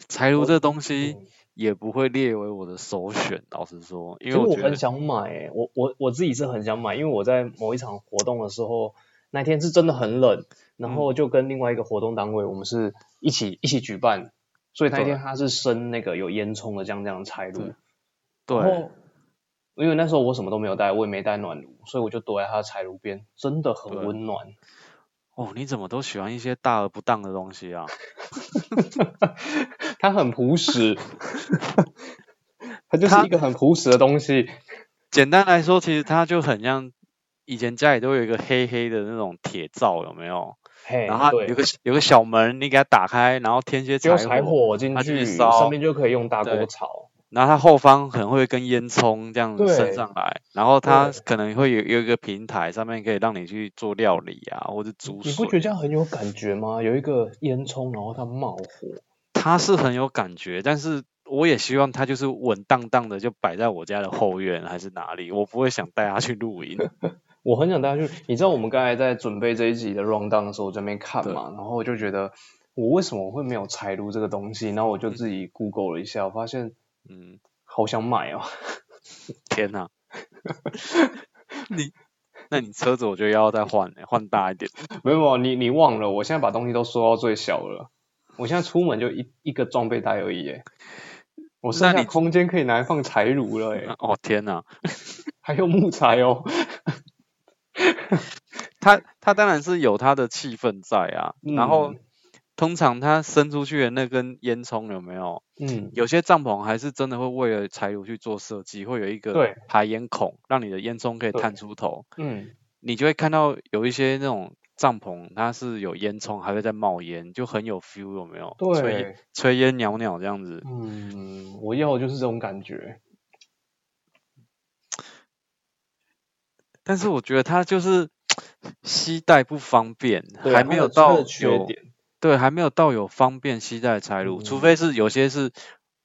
柴炉我这东西嗯也不会列为我的首选，老实说，因其为实我我觉得很想买欸、我我我自己是很想买，因为我在某一场活动的时候，那天是真的很冷，然嗯后就跟另外一个活动单位，我们是一起一起举办，所以那一天他是生那个有烟囱的这样这样的柴炉对，对然后因为那时候我什么都没有带，我也没带暖炉，所以我就躲在他的柴炉边，真的很对温暖。哦，你怎么都喜欢一些大而不当的东西啊？它很朴 实，它就是它一个很朴实的东西。简单来说，其实它就很像以前家里都有一个黑黑的那种铁罩，有没有？嘿，然后它哎对有个有个小门，你给它打开，然后添些只有柴柴火，火进它进去，去烧上面就可以用大锅对炒。然后它后方可能会跟烟囱这样子对升上来，然后它对可能会有有一个平台上面可以让你去做料理啊，或者煮你水。不觉得这样很有感觉吗？有一个烟囱，然后它冒火，它是很有感觉，但是我也希望它就是稳当当的，就摆在我家的后院还是哪里，我不会想带它去露 营。我很想带它去。你知道我们刚才在准备这一集的 round down 的时候，我在那边看嘛，然后我就觉得我为什么会没有柴炉这个东西？然后我就自己 Google 了一下，我发现嗯，好想买哦。 天哪、你那你车子我觉得要再换、欸，换大一点。没有没有，你你忘了，我现在把东西都缩到最小了。我现在出门就一一个装备袋而已耶，我剩那下你空间可以拿来放柴炉了 耶，哦天哪、还有木材哦。它它当然是有它的气氛在啊，然后嗯通常它伸出去的那根烟囱有没有？ 嗯，有些帐篷还是真的会为了柴炉去做设计，会有一个对排烟孔，让你的烟囱可以对探出头。嗯，你就会看到有一些那种帐篷，它是有烟囱，还会在冒烟，就很有 feel，有没有？吹烟对，吹烟袅袅这样子。嗯，我要的就是这种感觉。但是我觉得它就是携带不方便，对还它没的有它到的缺有点。对，还没有到有方便携带的财路，除嗯非是有些是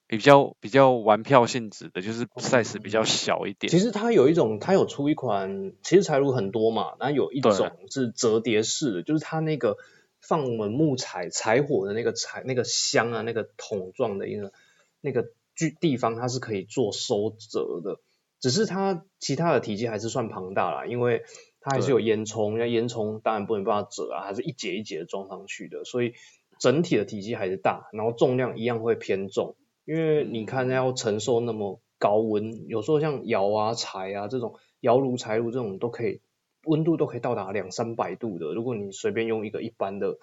比较比较玩票性质的，就是 size 比较嗯小一点。其实它有一种，它有出一款，其实柴炉很多嘛，然后有一对种是折叠式的，就是它那个放我们木柴柴火的那个柴那个箱啊，那个桶状的一个那个具地方，它是可以做收折的，只是它其他的体积还是算庞大啦，因为它还是有烟囱，那烟囱当然不能把它折啊，它是一节一节装上去的，所以整体的体积还是大，然后重量一样会偏重，因为你看要承受那么高温，有时候像窑啊、柴啊这种窑炉、柴炉这种都可以。温度都可以到达两三百度的，如果你随便用一个一般的、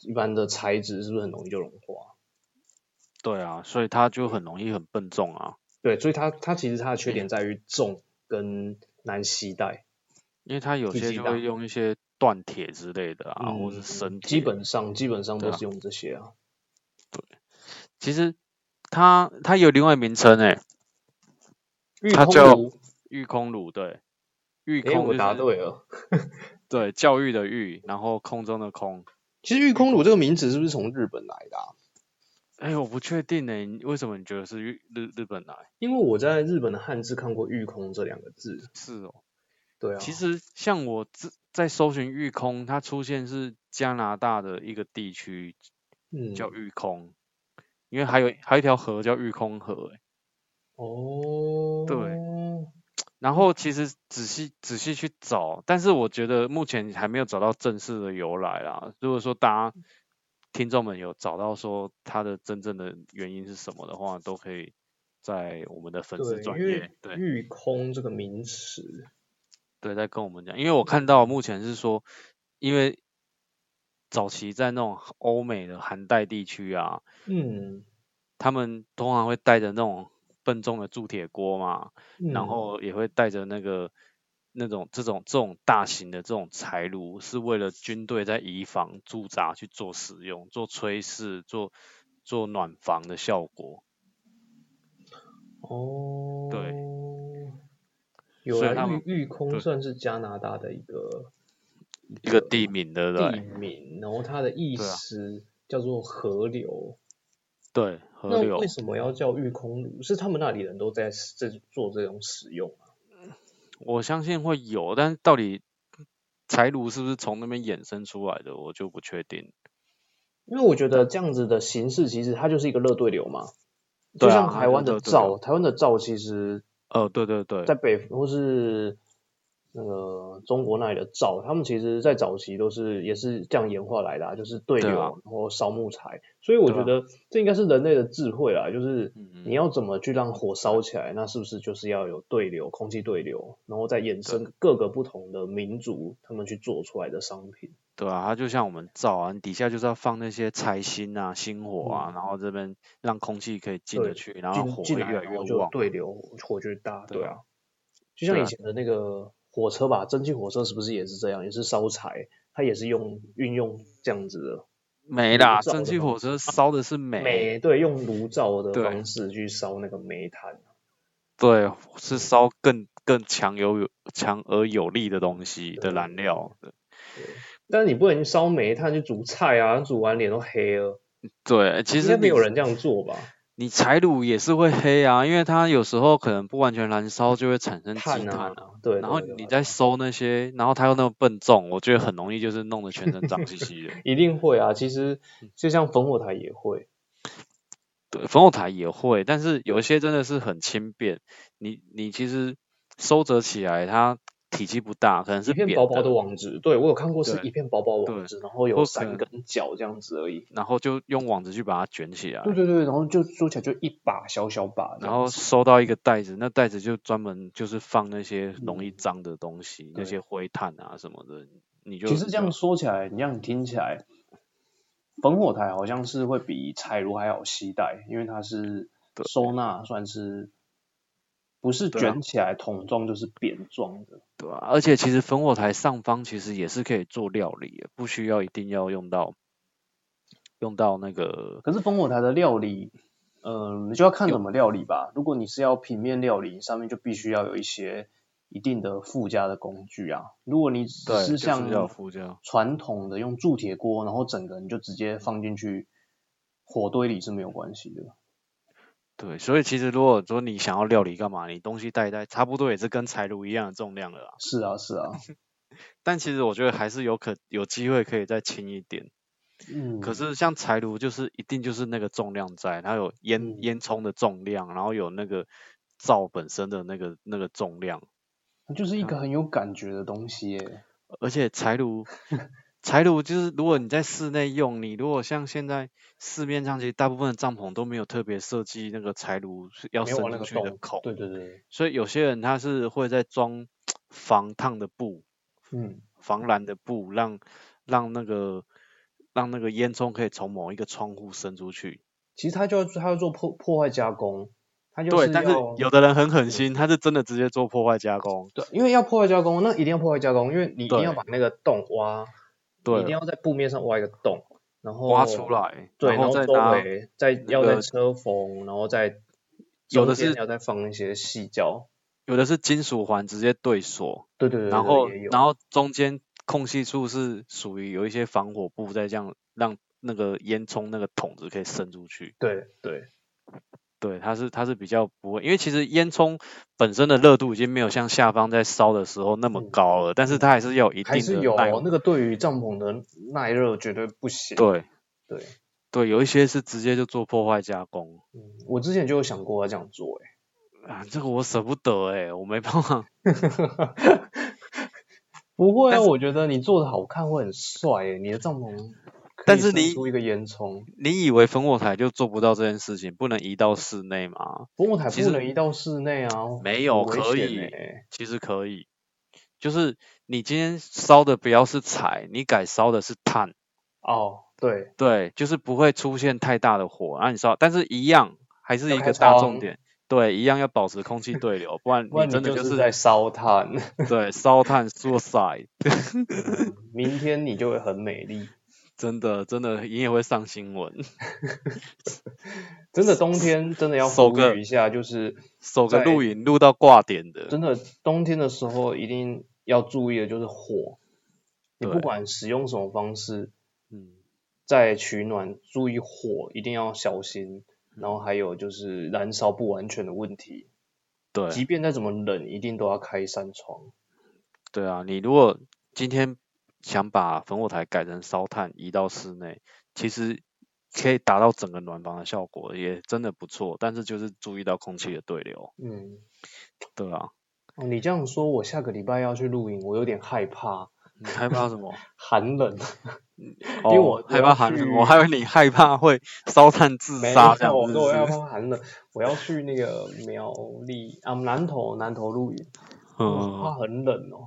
一般的材质，是不是很容易就融化？对啊，所以它就很容易很笨重啊，对，所以它它其实它的缺点在于重跟难携带，因为它有体些积就大会用一些锻铁之类的啊，或是啊嗯生铁。基本上基本上都是用这些啊。其实它它有另外名称诶、玉它空叫炉，御空炉对，御哎、空、我答就是对了。对教育的育，然后空中的空。其实玉空炉这个名字是不是从日本来的、啊？哎、我不确定诶、你为什么你觉得是日日日本来？因为我在日本的汉字看过“玉空”这两个字。是哦，对啊，其实像我自在搜寻御空，它出现是加拿大的一个地区嗯，叫御空，因为还有还有一条河叫御空河、欸。哦，对然后其实仔细仔细去找，但是我觉得目前还没有找到正式的由来啦。如果说大家听众们有找到说它的真正的原因是什么的话，都可以在我们的粉丝对，专因为业对玉空这个名词，对再跟我们讲，因为我看到目前是说，因为早期在那种欧美的寒带地区啊，嗯，他们通常会带着那种笨重的铸铁锅嘛，然嗯后也会带着那个那种这种这种大型的这种柴炉，是为了军队在移防驻扎去做使用，做炊事、做做暖房的效果。哦，对，有所以啊他们，玉玉空对算是加拿大的一个一个地名，对不地对？名，然后它的意对啊思叫做河流。对，河那流为。什么要叫玉空炉？是他们那里人都在这做这种使用啊？我相信会有，但是到底柴炉是不是从那边衍生出来的，我就不确定。因为我觉得这样子的形式，其实它就是一个热对流嘛。对啊就像台湾它的就是热对灶，台湾的灶其实哦，对对对在，北或是那个中国那里的灶，他们其实在早期都是也是这样演化来的、啊，就是对流，对啊然后烧木材。所以我对觉啊得这应该是人类的智慧啦，就是嗯你要怎么去让火烧起来，那是不是就是要有对流、空气对流，然后再衍生各个不同的民族他们去做出来的商品。对啊，它就像我们灶啊，你底下就是要放那些柴薪啊、薪火啊，然后这边让空气可以进得嗯对去，然后进火会进越来来然越后就旺。对流火就大，对对啊啊，就像对以啊前的那个火车吧，蒸汽火车是不是也是这样，也是烧柴，它也是用运用这样子的煤炉啦，灶蒸的汽方火车烧的是煤，煤，对，用炉灶的对方式去烧那个煤炭，对，是烧更更强有有强而有力的东西的对燃料。但是你不能烧煤炭去煮菜啊，煮完脸都黑了，对，其应实该没你有人这样做吧？你柴炉也是会黑啊，因为它有时候可能不完全燃烧就会产生积炭碳啊，对，然后对对你再收那些，然后它又那么笨重，我觉得很容易就是弄得全身脏兮兮的。一定会啊，其实嗯就像烽火台也会，对，烽火台也会，但是有一些真的是很轻便，你你其实收折起来，它体积不大，可能是一片扁薄薄的的，网纸，对我有看过是对一片薄薄的网对纸，然后有或可三能根角这样子而已。然后就用网子去把它卷起来，对对对，然后就做起来就一把小小把这然样后子，收到一个袋子，那袋子就专门就是放那些容易嗯脏的东西，那对些灰炭啊什么的，你就啊其实这样就说起来，你这样听起来，烽火台好像是会比柴炉还好携带，因为它是对收纳算是不是对啊卷起来桶状就是扁状的，对啊，而且其实烽火台上方其实也是可以做料理的，不需要一定要用到用到那个可是烽火台的料理，嗯、就要看怎么料理吧。如果你是要平面料理，上面就必须要有一些一定的附加的工具啊。如果你只对，就是像要附加，传统的用铸铁锅，然后整个你就直接放进去火堆里是没有关系的。对，所以其实如果说你想要料理干嘛，你东西带一带，差不多也是跟柴炉一样的重量了啦。 是啊，是啊，但其实我觉得还是有可有机会可以再轻一点。嗯，可是像柴炉就是一定就是那个重量在，它有烟、嗯烟囱的重量，然后有那个灶本身的那个那个重量，就是一嗯个很有感觉的东西耶。而且柴 炉柴炉就是如果你在室内用，你如果像现在市面上其实大部分的帐篷都没有特别设计那个柴炉是要没有伸往那出个去的洞孔，对对对，所以有些人他是会在装防烫的布，嗯防蓝的布，让让那个让那个烟囱可以从某一个窗户伸出去。其实他就要他要做破破坏加工，他就对，是但是要有的人很狠对心，他是真的直接做破坏加工。对，因为要破坏加工，那一定要破坏加工，因为你一定对要把那个洞挖，你一定对，要在布面上挖一个洞，然后挖出，来，对，然后再周拿。围再那要再个车缝，然后再有的中间是要再放一些细胶，有的是金属环直接对锁，对对对，然对后也有然后中间空隙处是属于有一些防火布，再这样让那个烟囱那个筒子可以伸出去。对对对，它是它是比较不会，因为其实烟囱本身的热度已经没有像下方在烧的时候那么嗯高了，但是它还是要有一还定是的有哦耐那个对于帐篷的耐热绝对不行，对对，对，有一些是直接就做破坏加工嗯我之前就有想过要这样做，哎，啊，这个我舍不得哎、我没办法。 不会啊，但是我觉得你做的好看会很帅，哎，你的帐篷可以但是射你出一个烟囱，你以为烽火台就做不到这件事情，不能移到室内吗？烽火台其不实能移到室内啊，没有很危可险以欸其实可以，就是你今天烧的不要是柴，你改烧的是炭，哦，对，对，就是不会出现太大的火。那、你烧，但是一样还是要一开个大窗重点，对，一样要保持空气对流，不然不然你你真的就就是是在烧炭，对烧炭 suicide，明天你就会很美丽。真的真的你也会上新闻， 真的冬天真的要手呼个吁一下，就是走个在露营露到挂点的，真的冬天的时候一定要注意的就是火，你不对管使用什么方式嗯，在取暖，注意火一定要小心，然后还有就是燃烧不完全的问题，对即便再怎么冷，一定都要开扇窗。对啊，你如果今天想把烽火台改成烧炭移到室内，其实可以达到整个暖房的效果，也真的不错，但是就是注意到空气的对流，嗯，对啊，哦你这样说，我下个礼拜要去露营，我有点害怕你害怕什么？寒冷。因为我害我怕要寒冷，去我还以为你害怕会烧炭自没杀这样有，我子。说我是要不是怕寒冷，我要去那个苗栗啊南投南投露营，我怕嗯，很冷哦。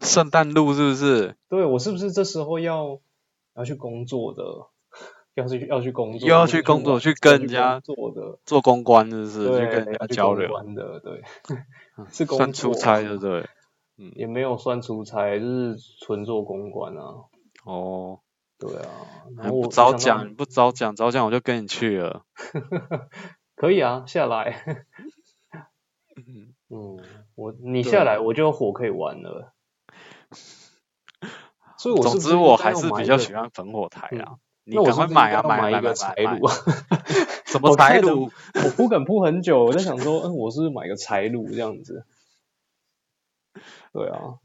圣诞路是不是？对我是不是这时候要要去工作的？ 要去要去工作，又要或者去工作玩去要跟去人家工作的，做公关是不是？去对，跟人家要去交公流，关的，对，嗯 是工算出作差啊对不对？也没有算出差，就是纯做公关啊，哦，对啊。然你后我不早我想到讲，你不早讲，早讲我就跟你去了。可以啊，下来，嗯嗯，我你对下来我就有火可以玩了。所以我总是不之，应我该还要是买比一较个喜欢烽火台嗯啦。你那我赶是快不是应该买啊要买买一买个买柴买买炉！！ 什我么看柴着炉？ 我铺梗铺很久，我在想说，嗯，我是不是买个柴炉这样子？对啊，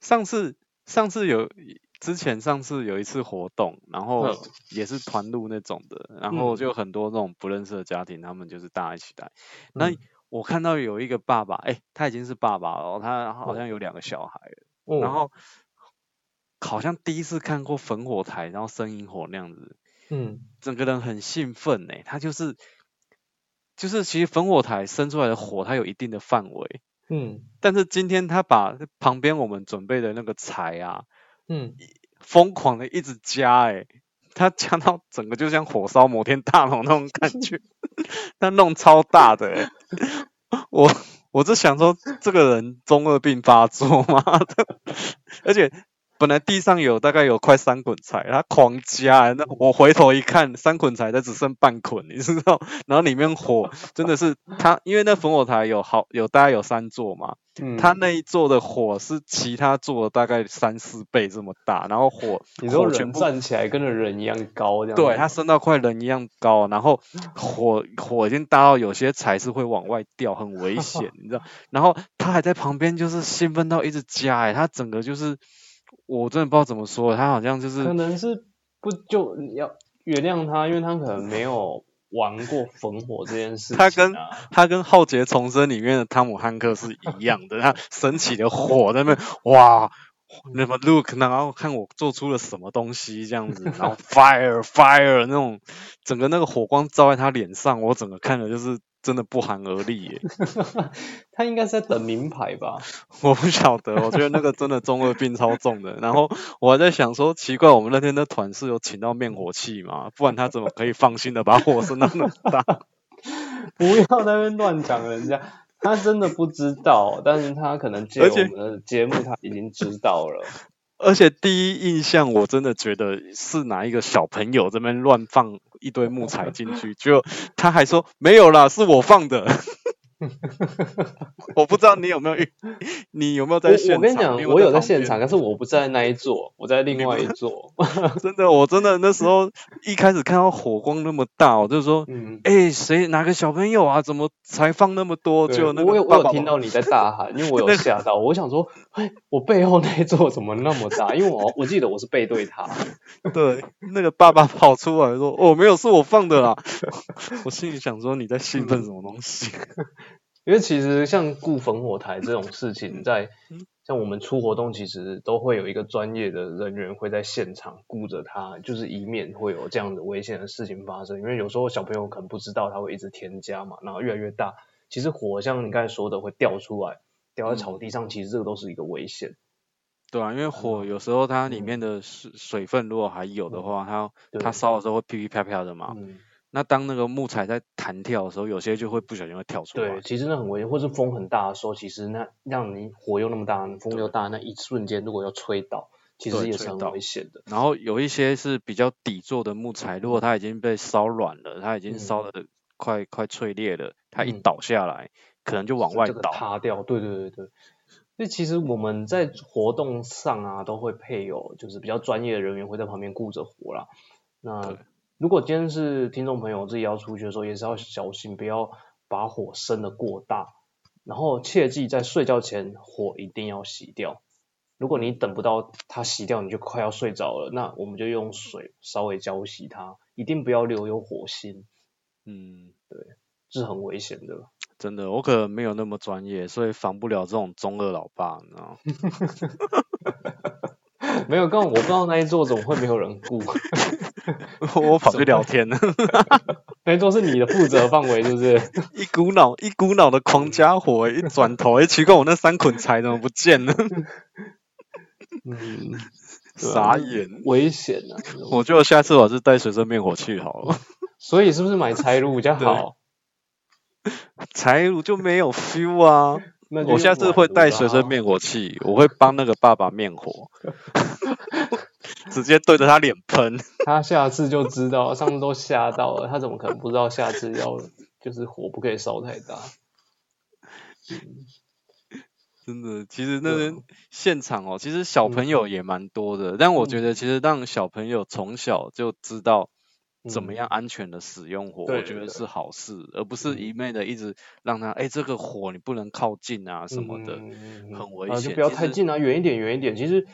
上次上次有之前上次有一次活动，然后嗯也是团录那种的，然后就很多那种不认识的家庭，他们就是大家一起来。那嗯我看到有一个爸爸，哎、他已经是爸爸了，他好嗯像有两个小孩了，嗯，然后好像第一次看过烽火台，然后生萤火那样子，嗯，整个人很兴奋呢、他就是就是其实烽火台生出来的火，它有一定的范围，嗯但是今天他把旁边我们准备的那个柴啊，嗯，疯狂的一直加、欸，他加到整个就像火烧摩天大楼那种感觉，他弄超大的、欸，我我就想说这个人中二病发作吗？ 而且本来地上有大概有块三捆柴，他狂加、欸，那我回头一看，三捆柴它只剩半捆，你知道？然后里面火真的是他，因为那烽火台有好有大概有三座嘛，嗯，它那一座的火是其他座的大概三四倍这么大，然后火 你说火全人部站起来跟着人一样高这样子，对它升到快人一样高，然 后火火已经大到有些柴是会往外掉，很危险，你知道。然后他还在旁边就是兴奋到一直加、欸，他整个就是我真的不知道怎么说，他好像就是可能是不就你要原谅他，因为他可能没有玩过焚火这件事情、啊。他跟他跟《浩劫重生》里面的汤姆汉克是一样的，他升起的火在那边哇，那么 look，然后看我做出了什么东西这样子，然后 fire fire 那种，整个那个火光照在他脸上，我整个看了就是真的不寒而栗耶。 他应该是在等名牌吧？我不晓得，我觉得那个真的中二病超重的。然后我还在想说，奇怪，我们那天的团是有请到灭火器吗？不然他怎么可以放心的把火升到那么大？不要在那边乱讲人家，他真的不知道，但是他可能借我而且们的节目，他已经知道了。而且第一印象，我真的觉得是哪一个小朋友这边乱放一堆木材进去，就他还说没有啦，是我放 的。我不知道你有没有遇，你有没有在现场？我我跟你讲因为，我有在旁现边场，可是我不在那一座，我在另外一 座。真的，我真的那时候一开始看到火光那么大，我就说，嗯，哎、谁哪个小朋友啊，怎么才放那么多？对就那我有个我爸有爸听到你在大喊，因为我有吓到，我想说，哎，我背后那一座怎么那么大？因为我我记得我是背对他，对，那个爸爸跑出来说，哦，没有，是我放的 啦。我心里想说，你在兴奋什么东西？因为其实像雇烽火台这种事情，在嗯像我们出活动，其实都会有一个专业的人员会在现场顾着它，就是以免会有这样的危险的事情发生。因为有时候小朋友可能不知道，它会一直添加嘛，然后越来越大，其实火像你刚才说的会掉出来，掉嗯在草地上，其实这个都是一个危险。对啊，因为嗯火有时候它里面的水水分如果还有的话，它嗯对它烧的时候会噼噼啪啪的嘛。嗯，那当那个木材在弹跳的时候，有些就会不小心会跳出对，来。其实那很危险，或是风很大的时候，其实那让你火又那么大，风又大，那一瞬间如果要吹倒，其实对也是吹很倒危险的。然后有一些是比较底座的木材，如果它已经被烧软了，它已经烧的快、快脆裂了，它一嗯倒下来，可能就往外这个倒。塌掉，对对对对。所以其实我们在活动上啊，都会配有就是比较专业的人员会在旁边顾着火啦。那对如果今天是听众朋友自己要出去的时候，也是要小心，不要把火升得过大。然后切记在睡觉前火一定要熄掉。如果你等不到它熄掉，你就快要睡着了，那我们就用水稍微浇熄它，一定不要留有火星，嗯，这是很危险的。 真的，我可能没有那么专业，所以防不了这种中二老爸，你知道吗？ 没有，刚我不知道那一座怎么会没有人顾，我跑去聊天了，那一座哎是你的负责范围，是不是？一股脑一股脑的狂加火，一转头，哎、奇怪，我那三捆柴怎么不见 了？嗯，对啊傻眼！危险啊！我觉得下次我还是带随身灭火器好 了，所以是不 是买柴炉比较好？柴炉就没有 feel 啊。那就我下次会带随身面。灭火器，我会帮那个爸爸灭 火，直接对着他脸喷。啊他下次就知道，上次都吓到了，他怎么可能不知道下次要就是火不可以烧太大？真的，其实那对啊嗯边现场哦，其实小朋友也蛮多的，但我觉得其实让小朋友从小就知道怎么嗯样安全的使用火，对我觉对得对是好事，而不是嗯一昧的一直让他，哎，这个火你不能靠近啊什么的。嗯嗯嗯嗯很危啊就险不要其太实近啊，远一点，远一点。其实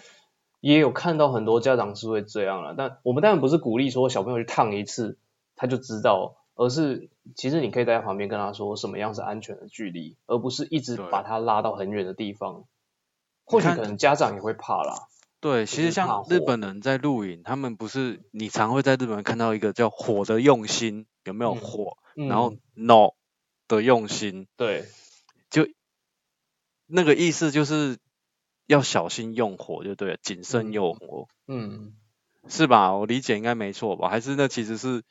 也有看到很多家长是会这样了，但我们当然不是鼓励说小朋友去烫一次他就知道，而是其实你可以在旁边跟他说什么样是安全的距离，而不是一直对把他拉到很远的地方。或许看可能家长也会怕啦，对，其实是嗯怕像日火本人在露营，他们不是你常会在日本看到一个叫“火的用心”，有没有嗯火？嗯、然后 “no” 的用心，对，那个意思就是要小心用火，就对了，谨慎嗯用火，嗯，是吧？我理解应该没错吧？还是那其实是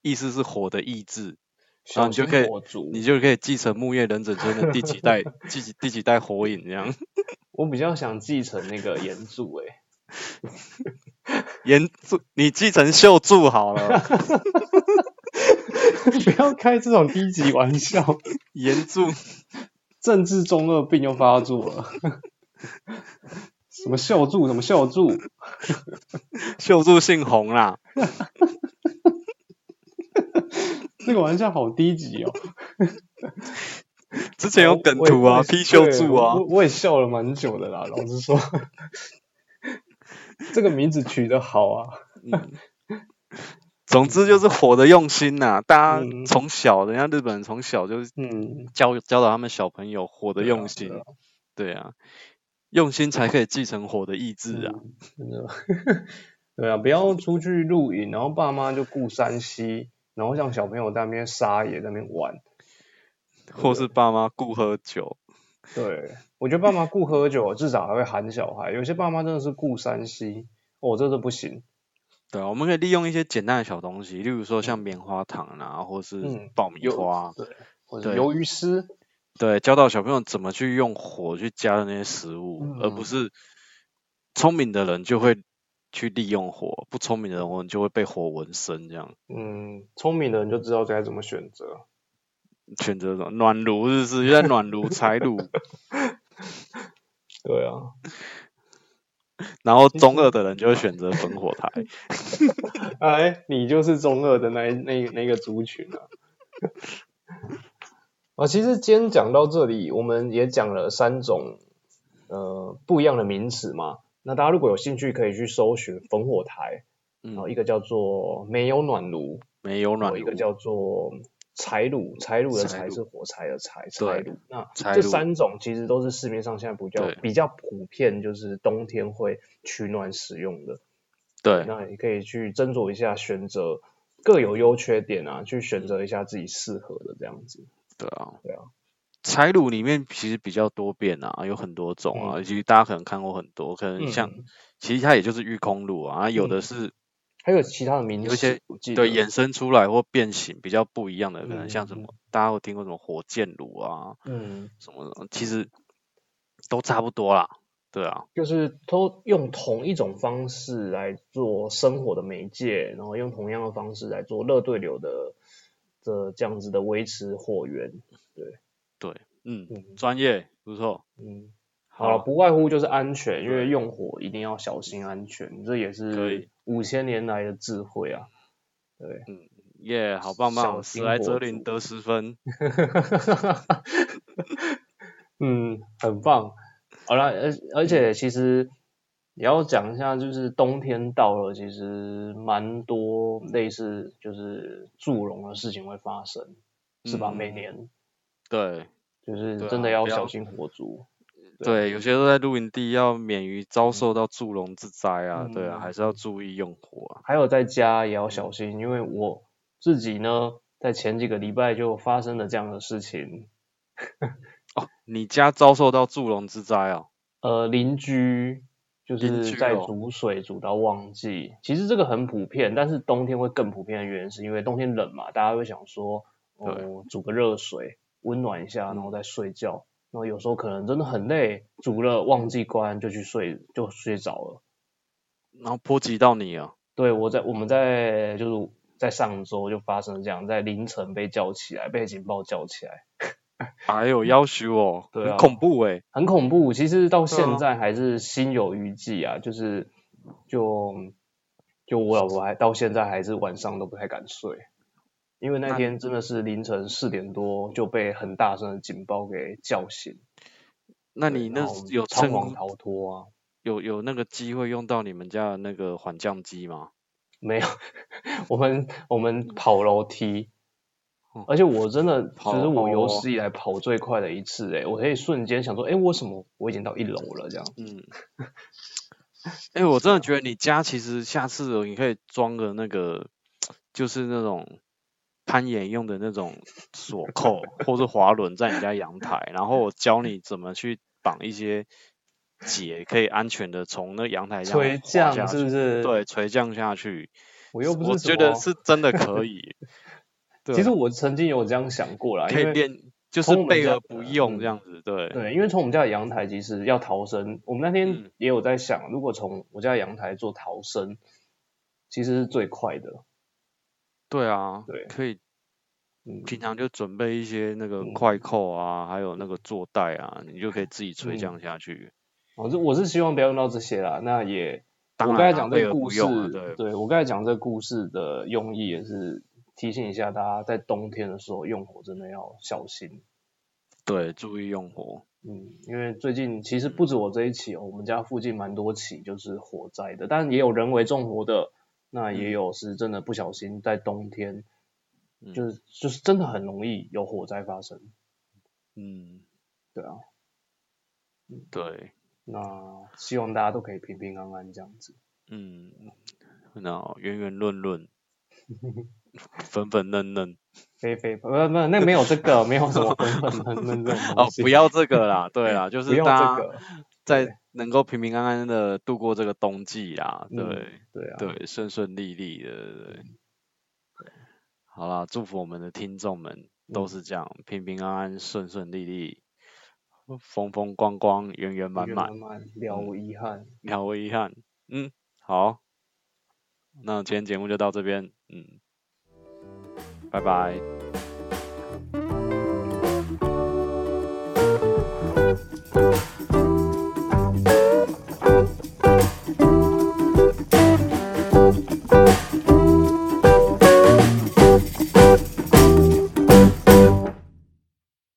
意思是火的意志，然后小你就心可以火烛。你就可以继承木叶忍者村的第几 代、第几第几代火影这样。我比较想继承那个欸岩柱 诶、岩柱，你继承秀柱好了，不要开这种低级玩笑，岩柱政治中二病又发 作了。什么秀柱，什么秀柱，秀柱姓洪啦，这个玩笑好低级哦。之前有梗我也图啊哦我也，P 秀柱啊对我，我我也笑了蛮久的啦，老实说， 这个名字取得好啊。嗯，总之就是火的用心呐、大家嗯从小，人家日本人从小就是嗯，教教导他们小朋友火的对啊用心，对啊对啊，用心才可以继承火的意志啊，嗯真的， 对啊，不要出去露营，然后爸妈就顾山西，然后让小朋友在那边撒野，在那边玩。嗯啊或是爸妈顾喝酒，对，我觉得爸妈顾喝酒，至少还会喊小孩。有些爸妈真的是顾山西，我、这是不行。对啊，我们可以利用一些简单的小东西，例如说像棉花糖啊，或是嗯爆米有花啊，对，或者对鱿鱼丝，对，教导小朋友怎么去用火去加热那些食物，而不嗯是聪明的人就会去利用火，不聪明的人我们就会被火纹身，这样嗯，聪明的人就知道该怎么选择。选择什么暖炉，是不是？就在暖炉、 柴炉，对啊，然后其中实二的人就会选择烽火 台，哎，你就是中二的那一那一那个族群啊。啊，其实今天讲到这里，我们也讲了三种呃不一样的名词嘛。那大家如果有兴趣，可以去搜寻烽火台，然后嗯，一个叫做没有暖炉，没有然暖后一炉个，叫做柴炉，柴炉的柴柴炉是火柴的柴，对柴炉。那柴这炉三种其实都是市面上现在比较对比较普遍，就是冬天会取暖使用的。对那你可以去斟酌一下，选择各有优缺点啊，去选择一下自己适合的这样子。对啊，对啊，柴炉里面其实比较多变啊，有很多种嗯啊，其实大家可能看过很多，可能像、其实它也就是御空炉啊，有的嗯是还有其他的名有一些词，我记得对，衍生出来或变形比较不一样的，可能像什嗯么，大家有听过什么火箭炉啊，嗯，什么的，其实都差不多啦。对啊，就是都用同一种方式来做生活的媒介，然后用同样的方式来做热对流的的这样子的维持火源。嗯，嗯专业不错。嗯，好了，，不外乎就是安全，因为用火一定要小心安全，这也可以是五千年来的智慧啊。对。耶、好棒小棒，史心莱火哲林烛得十分。 嗯，很棒。好啦，而而且其实也要讲一下，就是冬天到了，其实蛮多类似就是祝融的事情会发生，是吧？嗯每年对就是对真的啊要不要小心火烛。对，有些都在露营地要免于遭受到祝融之灾啊，对啊，嗯还是要注意用火啊。还有在家也要小心，因为我自己呢，在前几个礼拜就发生了这样的事情。哦，你家遭受到祝融之灾啊？呃，邻居就邻是居在哦煮水煮到忘记，其实这个很普遍，但是冬天会更普遍的原因是因为冬天冷嘛，大家会想说，哦、煮个热水温暖一下，然嗯后再睡觉。然后有时候可能真的很累，煮了忘记关就去睡，就睡着了。然后波及到你啊？对我在我们在就是在上周就发生了这样，在凌晨被叫起来，被警报叫起来，哎呦，要求哦，嗯对很啊恐怖哎、很恐怖。其实到对啊现在还是心有余悸啊，就是就就我老婆还到现在还是晚上都不太敢睡，因为那那天真的是凌晨四点多就被很大声的警报给叫醒。那对你然那后时有仓趁皇逃脱啊？有有那个机会用到你们家的那个缓降机吗？没有，我们我们跑楼梯哦，而且我真的，跑这是我有哦史以来跑最快的一次诶、我可以瞬间想说，诶、为什么我已经到一楼了这样？嗯，哎、我啊真的觉得你家其实下次哦你可以装个那个，就是那种攀岩用的那种 锁扣或是滑轮在你家阳台，然后我教你怎么去绑一些结，可以安全的从那阳台上垂降是是？不是？，对，垂降下去，我又不是我什么觉得，是真的可 以。对其啊实我曾经有这样想过啦，可以因为练，就从是我们备家而不用嗯这样子，对，对，因为从我们家的阳台其实要逃生，我们那嗯天也有在想，如果从我家的阳台做逃生，其实是最快的。对啊，对可以嗯，平常就准备一些那个嗯快扣啊，还有那个坐带啊，你就可以自己吹嗯降下去。我是我是希望不要用到这些啦。那也，当我然刚才啦讲备这而个不故事，用啊对我刚才讲这个故事的用意也是提醒一下大家，在冬天的时候用火真的要小心。对，注意用火。嗯，因为最近其实不止我这一起哦，我们家附近蛮多起就是火灾的，但也有人为纵火的，那也有是真的不小心在冬天，嗯就是就是真的很容易有火灾发生。嗯，对啊，对，那希望大家都可以平平安安这样子。嗯，那圆圆润 润，粉粉嫩嫩。飞飞，不不不，那没有这个，没有什么粉粉嫩嫩这种哦东西。，不要这个 啦，对啦，就不是要大这家个，在能够平平安安的度过这个冬季啦，嗯对、对啊，嗯对，顺顺利利的，对对。好啦，祝福我们的听众们都嗯是这样，平平安安、顺顺利利、风风光光、圆圆满圆满，满满了无遗憾。了无遗憾。嗯，好，那今天节目就到这边，嗯，拜拜。 Thank